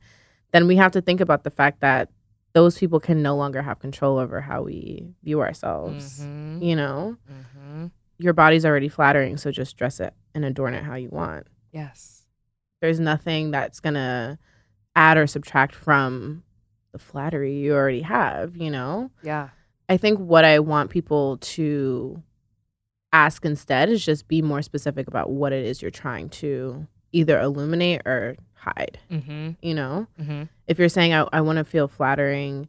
S4: then we have to think about the fact that those people can no longer have control over how we view ourselves.
S5: Mhm.
S4: You know,
S5: Mhm.
S4: your body's already flattering, so just dress it and adorn it how you want
S5: Yes.
S4: there's nothing that's gonna add or subtract from the flattery you already have you know
S5: Yeah.
S4: i think what i want people to ask instead is just be more specific about what it is you're trying to either illuminate or hide
S5: Mm-hmm.
S4: you know
S5: Mm-hmm.
S4: if you're saying i, I want to feel flattering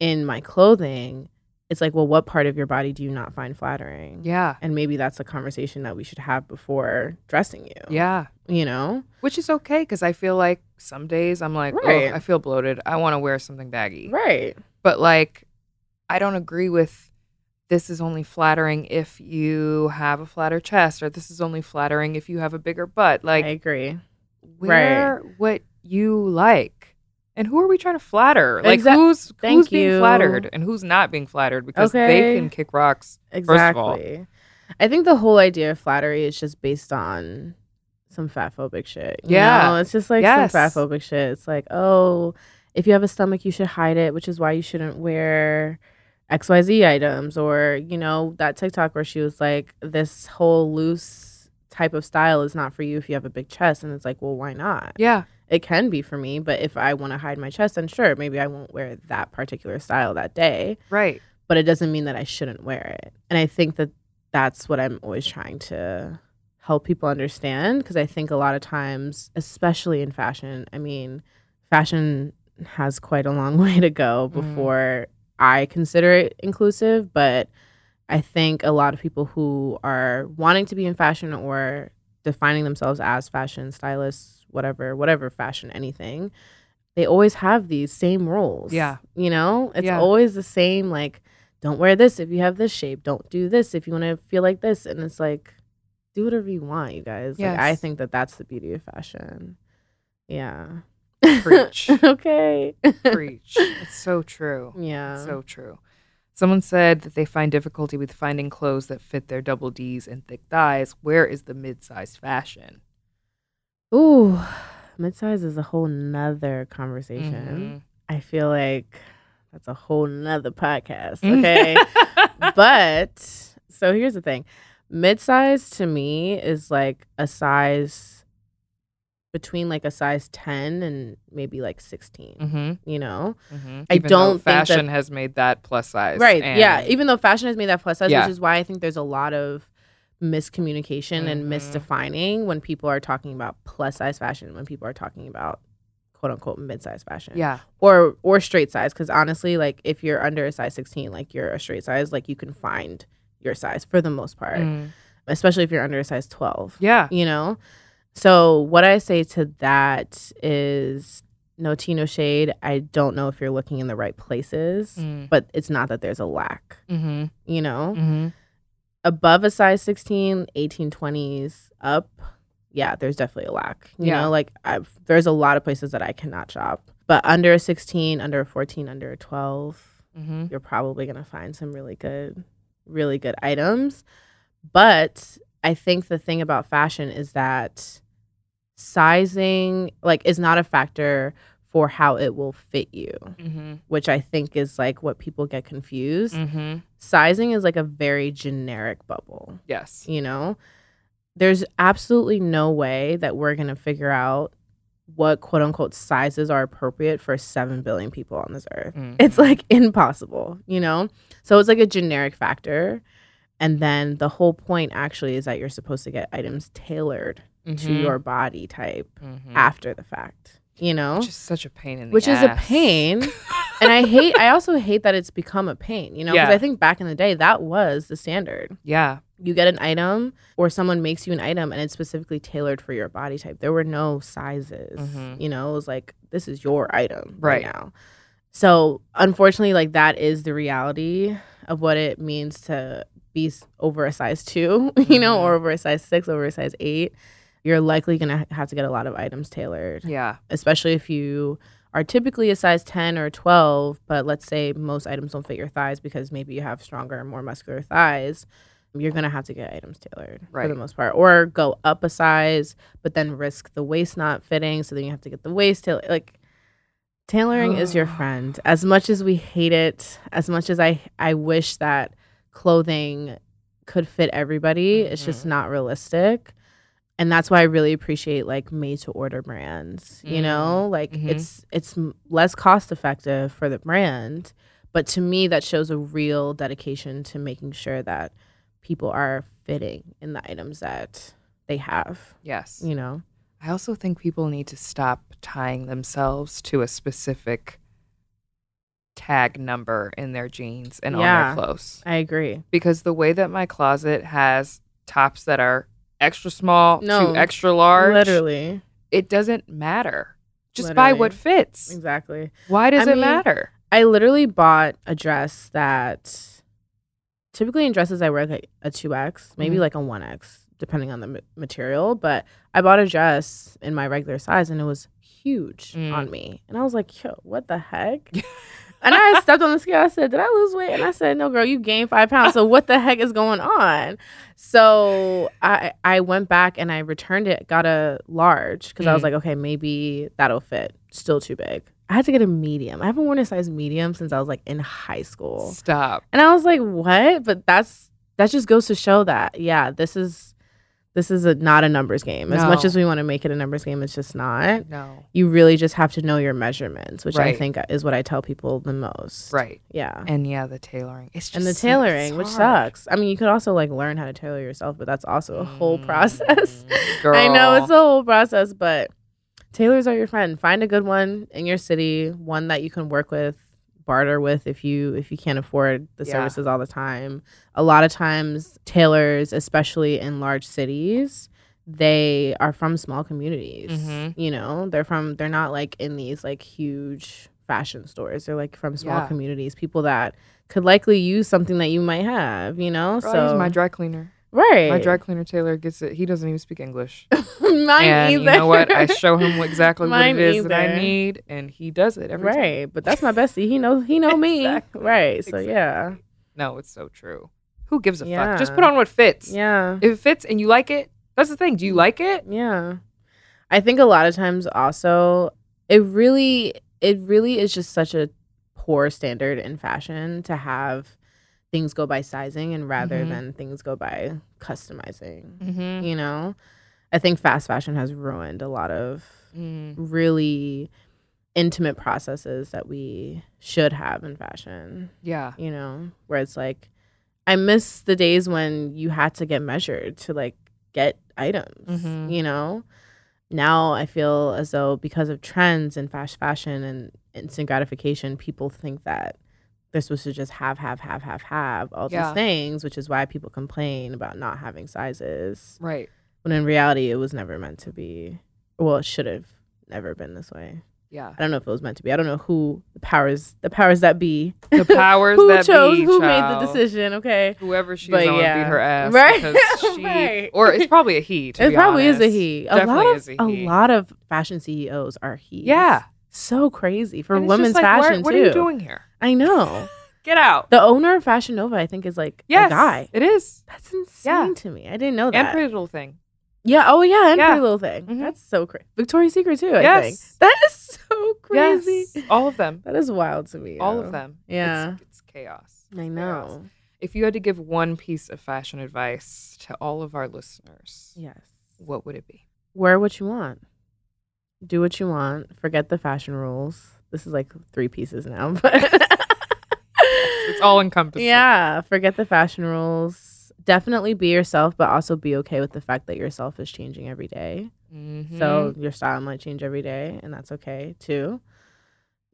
S4: in my clothing it's like well what part of your body do you not find flattering
S5: Yeah.
S4: and maybe that's a conversation that we should have before dressing you
S5: Yeah.
S4: you know
S5: Which is okay because I feel like some days I'm like, "Ugh,
S4: Right.
S5: I feel bloated. I want to wear something baggy.
S4: right
S5: But like, I don't agree with this is only flattering if you have a flatter chest or this is only flattering if you have a bigger butt. Like,
S4: i agree
S5: wear what you like. And who are we trying to flatter? Like
S4: Exac-
S5: who's who's
S4: Thank
S5: being
S4: you.
S5: flattered and who's not being flattered because they
S4: Okay.
S5: can kick rocks. of all.
S4: Exactly. I think the whole idea of flattery is just based on some fat phobic shit. you
S5: Yeah.
S4: know? It's just like
S5: Yes.
S4: some fat phobic shit. It's like, oh, if you have a stomach, you should hide it, which is why you shouldn't wear XYZ items. Or, you know, that TikTok where she was like, this whole loose type of style is not for you if you have a big chest. And it's like, well, why not?
S5: Yeah.
S4: It can be for me, but if I want to hide my chest, then sure, maybe I won't wear that particular style that day
S5: Right.
S4: but it doesn't mean that I shouldn't wear it. And I think that that's what I'm always trying to help people understand because I think a lot of times, especially in fashion, I mean, fashion has quite a long way to go
S5: Mm.
S4: before I consider it inclusive, but I think a lot of people who are wanting to be in fashion or defining themselves as fashion stylists, whatever, whatever fashion anything, they always have these same roles.
S5: Yeah.
S4: You know, it's
S5: Yeah.
S4: always the same like don't wear this if you have this shape, don't do this if you want to feel like this and it's like do whatever you want, you guys. Like I
S5: Yes.
S4: think that that's the beauty of fashion. Yeah.
S5: Preach.
S4: okay.
S5: Preach. It's so true.
S4: yeah.
S5: It's so true. Someone said that they find difficulty with finding clothes that fit their double D's and thick thighs. Where is the mid-sized fashion?
S4: Ooh, midsize is a whole nother
S5: Mm-hmm.
S4: conversation. I feel like that's a whole nother podcast.
S5: Mhm.
S4: Okay. but so here's the thing midsize to me is like a size between like a size 10 and maybe like 16,
S5: Mhm,
S4: you know?
S5: mhm.
S4: I
S5: Even though
S4: don't think that-
S5: fashion has made that plus size.
S4: Right. yeah.
S5: and-
S4: Even though fashion has made that plus size,
S5: Yeah.
S4: which is why I think there's a lot of miscommunication and
S5: Mhm.
S4: misdefining when people are talking about plus size fashion, when people are talking about quote unquote mid size fashion.
S5: yeah.
S4: Or or straight size. Cause honestly, like if you're under a size sixteen, like you're a straight size, like you can find your size for the most part.
S5: Mm.
S4: Especially if you're under a size twelve
S5: Yeah.
S4: you know so what i say to that is no tea no shade i don't know if you're looking in the right places
S5: Mm.
S4: but it's not that there's a lack
S5: Mm-hmm.
S4: you know
S5: Mm-hmm.
S4: above a size 16 18 20s up yeah there's definitely a lack you
S5: Yeah.
S4: know like I've, there's a lot of places that i cannot shop but under a 16 under a 14 under a 12
S5: Mm-hmm.
S4: you're probably going to find some really good really good items but i think the thing about fashion is that sizing like is not a factor for how it will fit you
S5: Mm-hmm.
S4: which i think is like what people get confused
S5: Mm-hmm.
S4: sizing is like a very generic bubble
S5: Yes.
S4: you know there's absolutely no way that we're going to figure out what quote unquote sizes are appropriate for 7 billion people on this earth it's like impossible, you know? So it's like a generic factor. And then the whole point actually is that you're supposed to get items tailored to
S5: Mm-hmm.
S4: your body type
S5: Mm.
S4: after the fact, you know?
S5: which is such a pain in the
S4: Which is a
S5: ass.
S4: pain. and I hate, I also hate that it's become a pain, you know? Because
S5: Yeah.
S4: I think back in the day, that was the standard.
S5: Yeah.
S4: You get an item or someone makes you an item and it's specifically tailored for your body type. There were no sizes,
S5: Mhm.
S4: you know? It was like, this is your item right,
S5: Right.
S4: now. So, unfortunately, like that is the reality of what it means to be s- over a size two, you know, or over a size six, over a size eight. You're likely going to have to get a lot of items tailored,
S5: Yeah.
S4: especially if you are typically a size 10 or 12, but let's say most items don't fit your thighs because maybe you have stronger, more muscular thighs. You're going to have to get items tailored for the
S5: Right.
S4: most part, or go up a size, but then risk the waist not fitting. So then you have to get the waist tailored. Like, tailoring is your friend. As much as we hate it, as much as I, I wish that clothing could fit everybody, it's just not realistic. And that's why I really appreciate like made to order brands. You
S5: Mm.
S4: know, like
S5: Mhm.
S4: it's it's m- less cost effective for the brand, but to me that shows a real dedication to making sure that people are fitting in the items that they have,
S5: Yes.
S4: you know.
S5: I also think people need to stop tying themselves to a specific tag number in their jeans and
S4: Yeah.
S5: on their clothes.
S4: I agree.
S5: Because the way that my closet has tops that are extra small
S4: No.
S5: to extra large,
S4: Literally.
S5: it doesn't matter. Just buy what fits.
S4: Exactly.
S5: Why does
S4: I
S5: it
S4: mean-
S5: matter?
S4: I literally bought a dress that typically in dresses I wear like a 2X, maybe
S5: Mhm.
S4: like a 1X, depending on the ma- material. But I bought a dress in my regular size and it was huge
S5: Mm.
S4: on me. And I was like, yo, what the heck? and I stepped on the scale. I said, did I lose weight? And I said, no, girl, you gained five pounds. So what the heck is going on? So I, I went back and I returned it, got a large because I was
S5: Mm.
S4: like, okay, maybe that'll fit. Still too big. I had to get a medium. I haven't worn a size medium since I was like in high school.
S5: Stop.
S4: And I was like, what? But that's that just goes to show that, yeah, this is This is a, not a numbers game. As much
S5: No.
S4: as we want to make it a numbers game, it's just not.
S5: No.
S4: You really just have to know your measurements, which I
S5: Right.
S4: think is what I tell people the most.
S5: Right.
S4: Yeah.
S5: And yeah, the tailoring. It's just
S4: And the
S5: so-
S4: tailoring,
S5: it's
S4: which
S5: hard.
S4: sucks. I mean, you could also like learn how to tailor yourself, but that's also a whole process.
S5: Mm,
S4: I know it's a
S5: girl.
S4: whole process, but tailors are your friend. Find a good one in your city, one that you can work with, barter with if you if you can't afford the
S5: Yeah.
S4: services all the time. A lot of times tailors, especially in large cities, they are from small communities.
S5: Mhm.
S4: You know, they're from they're not like in these like huge fashion stores. They're like from small
S5: Yeah.
S4: communities, people that could likely use something that you might have, you know?
S5: Girl, I
S4: so
S5: use my dry cleaner.
S4: right.
S5: My dry cleaner tailor gets it. He doesn't even speak English.
S4: Mine
S5: and
S4: either.
S5: you know what? I show him what- exactly what
S4: Mine
S5: it is that I
S4: either.
S5: need, and he does it every time.
S4: right but that's my bestie he know he know me
S5: Exactly,
S4: right so yeah
S5: exactly. No, it's so true. Who gives a fuck? Just
S4: Yeah.
S5: put on what fits.
S4: yeah Mm.
S5: If it fits and you like it, that's the thing. Do you like it?
S4: yeah i think a lot of times also it really it really is just such a poor standard in fashion to have things go by sizing and rather
S5: Mhm.
S4: than things go by customizing
S5: Mm-hmm.
S4: you know i think fast fashion has ruined a lot of
S5: Mm.
S4: really intimate processes that we should have in fashion
S5: Yeah.
S4: you know, where it's like, I miss the days when you had to get measured to like get items,
S5: Mhm.
S4: you know? Now I feel as though because of trends and fast fashion and instant gratification, people think that they're supposed to just have, have, have, have, have all
S5: Yeah.
S4: these things, which is why people complain about not having sizes.
S5: Right.
S4: When in reality, it was never meant to be. Well, it should have never been this way.
S5: Yeah.
S4: I don't know if it was meant to be. I don't know who the powers the powers that be
S5: The powers
S4: who
S5: that
S4: chose
S5: be,
S4: who
S5: child.
S4: made the decision okay
S5: Whoever she's,
S4: But
S5: I want to
S4: yeah.
S5: beat her ass.
S4: Right.
S5: Because she,
S4: Right.
S5: Or it's probably a he. To
S4: it
S5: be
S4: probably is a
S5: honest.
S4: he a
S5: Definitely
S4: lot of
S5: is a
S4: a,
S5: he.
S4: lot of fashion ceos are he
S5: Yeah.
S4: so crazy for
S5: And it's just
S4: women's
S5: like, why-
S4: fashion
S5: What
S4: too
S5: are you doing here?
S4: i know
S5: Get out.
S4: the owner of fashion nova i think is like
S5: Yes.
S4: a guy
S5: It is.
S4: that's insane to me i didn't know
S5: And
S4: that
S5: pretty little thing.
S4: yeah oh yeah and
S5: Yeah.
S4: pretty little thing
S5: Mhm.
S4: that's so crazy victoria's secret too i think
S5: Yes.
S4: that is so crazy
S5: Yes. All of them.
S4: that is wild to me
S5: All
S4: yo.
S5: of them.
S4: Yeah.
S5: It's, it's chaos. It's
S4: i
S5: chaos.
S4: know
S5: If you had to give one piece of fashion advice to all of our listeners,
S4: yes
S5: what would it be?
S4: wear what you want do what you want forget the fashion rules this is like three pieces now but
S5: It's all encompassing.
S4: yeah forget the fashion rules definitely be yourself but also be okay with the fact that yourself is changing every day.
S5: Mhm.
S4: so your style might change every day and that's okay too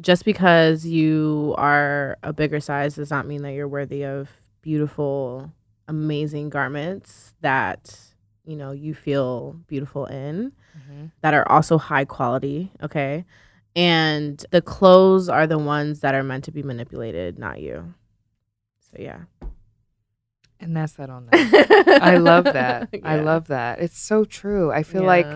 S4: just because you are a bigger size does not mean that you're worthy of beautiful amazing garments that you know you feel beautiful in
S5: Mhm.
S4: that are also high quality, okay? And the clothes are the ones that are meant to be manipulated, not you. So yeah.
S5: and that's that on that. I
S4: I
S5: love that. I love that. It's so true. I feel like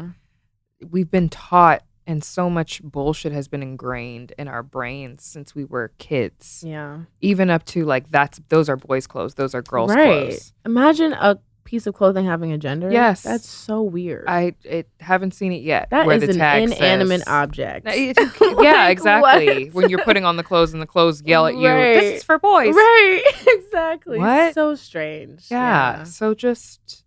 S5: we've been taught and so much bullshit has been ingrained in our brains since we were kids.
S4: Yeah.
S5: Even up to like that's those are boys' clothes, those are girls'
S4: right.
S5: clothes.
S4: Imagine a piece of clothing having a gender.
S5: Yes.
S4: That's so weird.
S5: I it haven't seen it yet.
S4: that
S5: where
S4: is
S5: the
S4: an
S5: tag says-
S4: inanimate object.
S5: No, it- yeah,
S4: Like,
S5: exactly.
S4: what?
S5: When you're putting on the clothes and the clothes yell at you,
S4: Right.
S5: this is for boys.
S4: Right. Exactly.
S5: What?
S4: So strange.
S5: Yeah. So just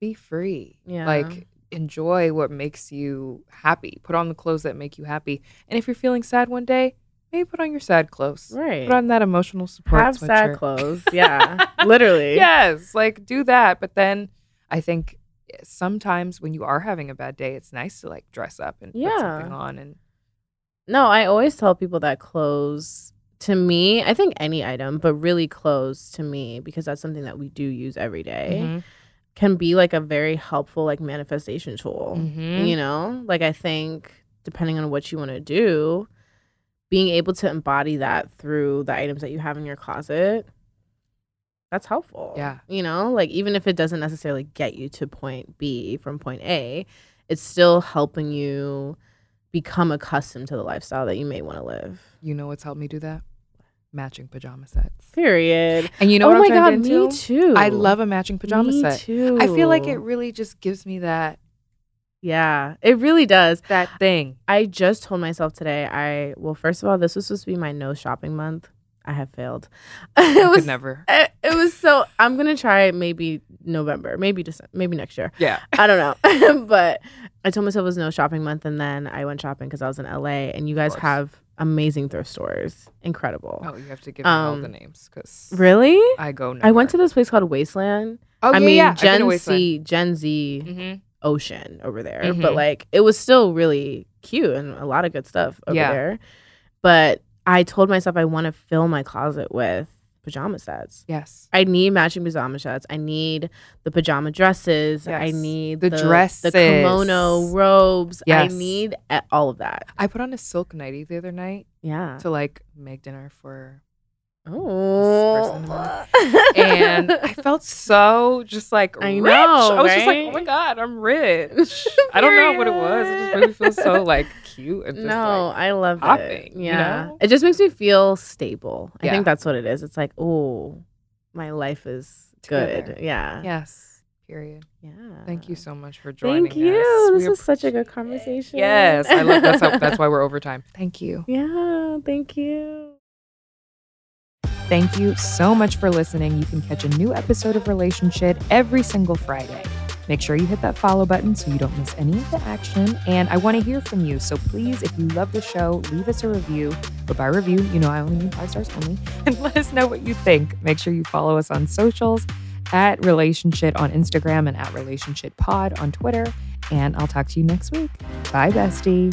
S5: be free.
S4: Yeah.
S5: Like enjoy what makes you happy. Put on the clothes that make you happy. And if you're feeling sad one day, maybe put on your sad clothes.
S4: Right.
S5: Put on that emotional support.
S4: Have sad
S5: sweatshirt.
S4: clothes. Yeah. Literally.
S5: Yes. Like do that. But then I think eh, sometimes when you are having a bad day, it's nice to like dress up and put something
S4: Yeah.
S5: on and
S4: No, I always tell people that clothes to me, I think any item, but really clothes to me, because that's something that we do use every day,
S5: Mhm.
S4: can be like a very helpful like manifestation tool.
S5: Mhm.
S4: You know? Like I think depending on what you want to do, being able to embody that through the items that you have in your closet, that's helpful.
S5: Yeah.
S4: You know, like even if it doesn't necessarily get you to point B from point A, it's still helping you become accustomed to the lifestyle that you may want to live.
S5: you know what's helped me do that? Matching pajama sets.
S4: Period.
S5: And you know
S4: oh
S5: what I'm
S4: my
S5: trying
S4: god,
S5: to get
S4: me
S5: into?
S4: too.
S5: I love a matching pajama
S4: me
S5: set.
S4: Too.
S5: I feel like it really just gives me that
S4: Yeah, it really does.
S5: that thing.
S4: I just told myself today I well first of all this was supposed to be my no shopping month I have failed. it
S5: I
S4: was
S5: could never.
S4: It, it was so. I'm gonna try maybe November, maybe December, maybe next year.
S5: Yeah.
S4: I don't know. but I told myself it was no shopping month, and then I went shopping because I was in LA, and you guys
S5: course.
S4: have amazing thrift stores. Incredible.
S5: Oh, you have to give me all the
S4: Um,
S5: names because
S4: Really?
S5: I go. Nowhere.
S4: I went to this place called Wasteland.
S5: Oh,
S4: I
S5: yeah,
S4: mean,
S5: yeah. I've been to
S4: Gen
S5: Wasteland.
S4: Z, Gen Z
S5: Mhm.
S4: ocean over there,
S5: Mhm.
S4: but like it was still really cute and a lot of good stuff over
S5: Yeah.
S4: there. But I told myself I want to fill my closet with pajama sets.
S5: Yes.
S4: I need matching pajama sets. I need the pajama dresses. I
S5: Yes.
S4: need
S5: The
S4: the kimono
S5: dresses.
S4: robes.
S5: Yes.
S4: I need a- all of that.
S5: I put on a silk nightie the other night
S4: Yeah.
S5: to like make dinner for, person
S4: Oh.
S5: and I felt so just like
S4: I
S5: rich.
S4: know,
S5: I was just like, oh
S4: right?
S5: my god, I'm rich. I don't know what it was. It just made me feel so like cute and just
S4: no,
S5: like,
S4: I love
S5: popping,
S4: it.
S5: you
S4: Yeah,
S5: know?
S4: it just makes me feel stable. I
S5: Yeah.
S4: think that's what it is. It's like, oh, my life is
S5: Together.
S4: good. Yeah.
S5: yes. Period.
S4: yeah.
S5: Thank you so much for joining.
S4: Uh, Thank you.
S5: us.
S4: This
S5: We
S4: was such a
S5: appreciate
S4: good
S5: it.
S4: conversation.
S5: Yes, I love that's how, that's why we're over time. Thank you.
S4: yeah. Thank you.
S5: Thank you so much for listening. You can catch a new episode of Relationship every single Friday. Make sure you hit that follow button so you don't miss any of the action. And I want to hear from you. So please, if you love the show, leave us a review. But by review, you know I only need five stars only. And let us know what you think. Make sure you follow us on socials at Relationship on Instagram and at Relationship Pod on Twitter. And I'll talk to you next week. Bye, bestie.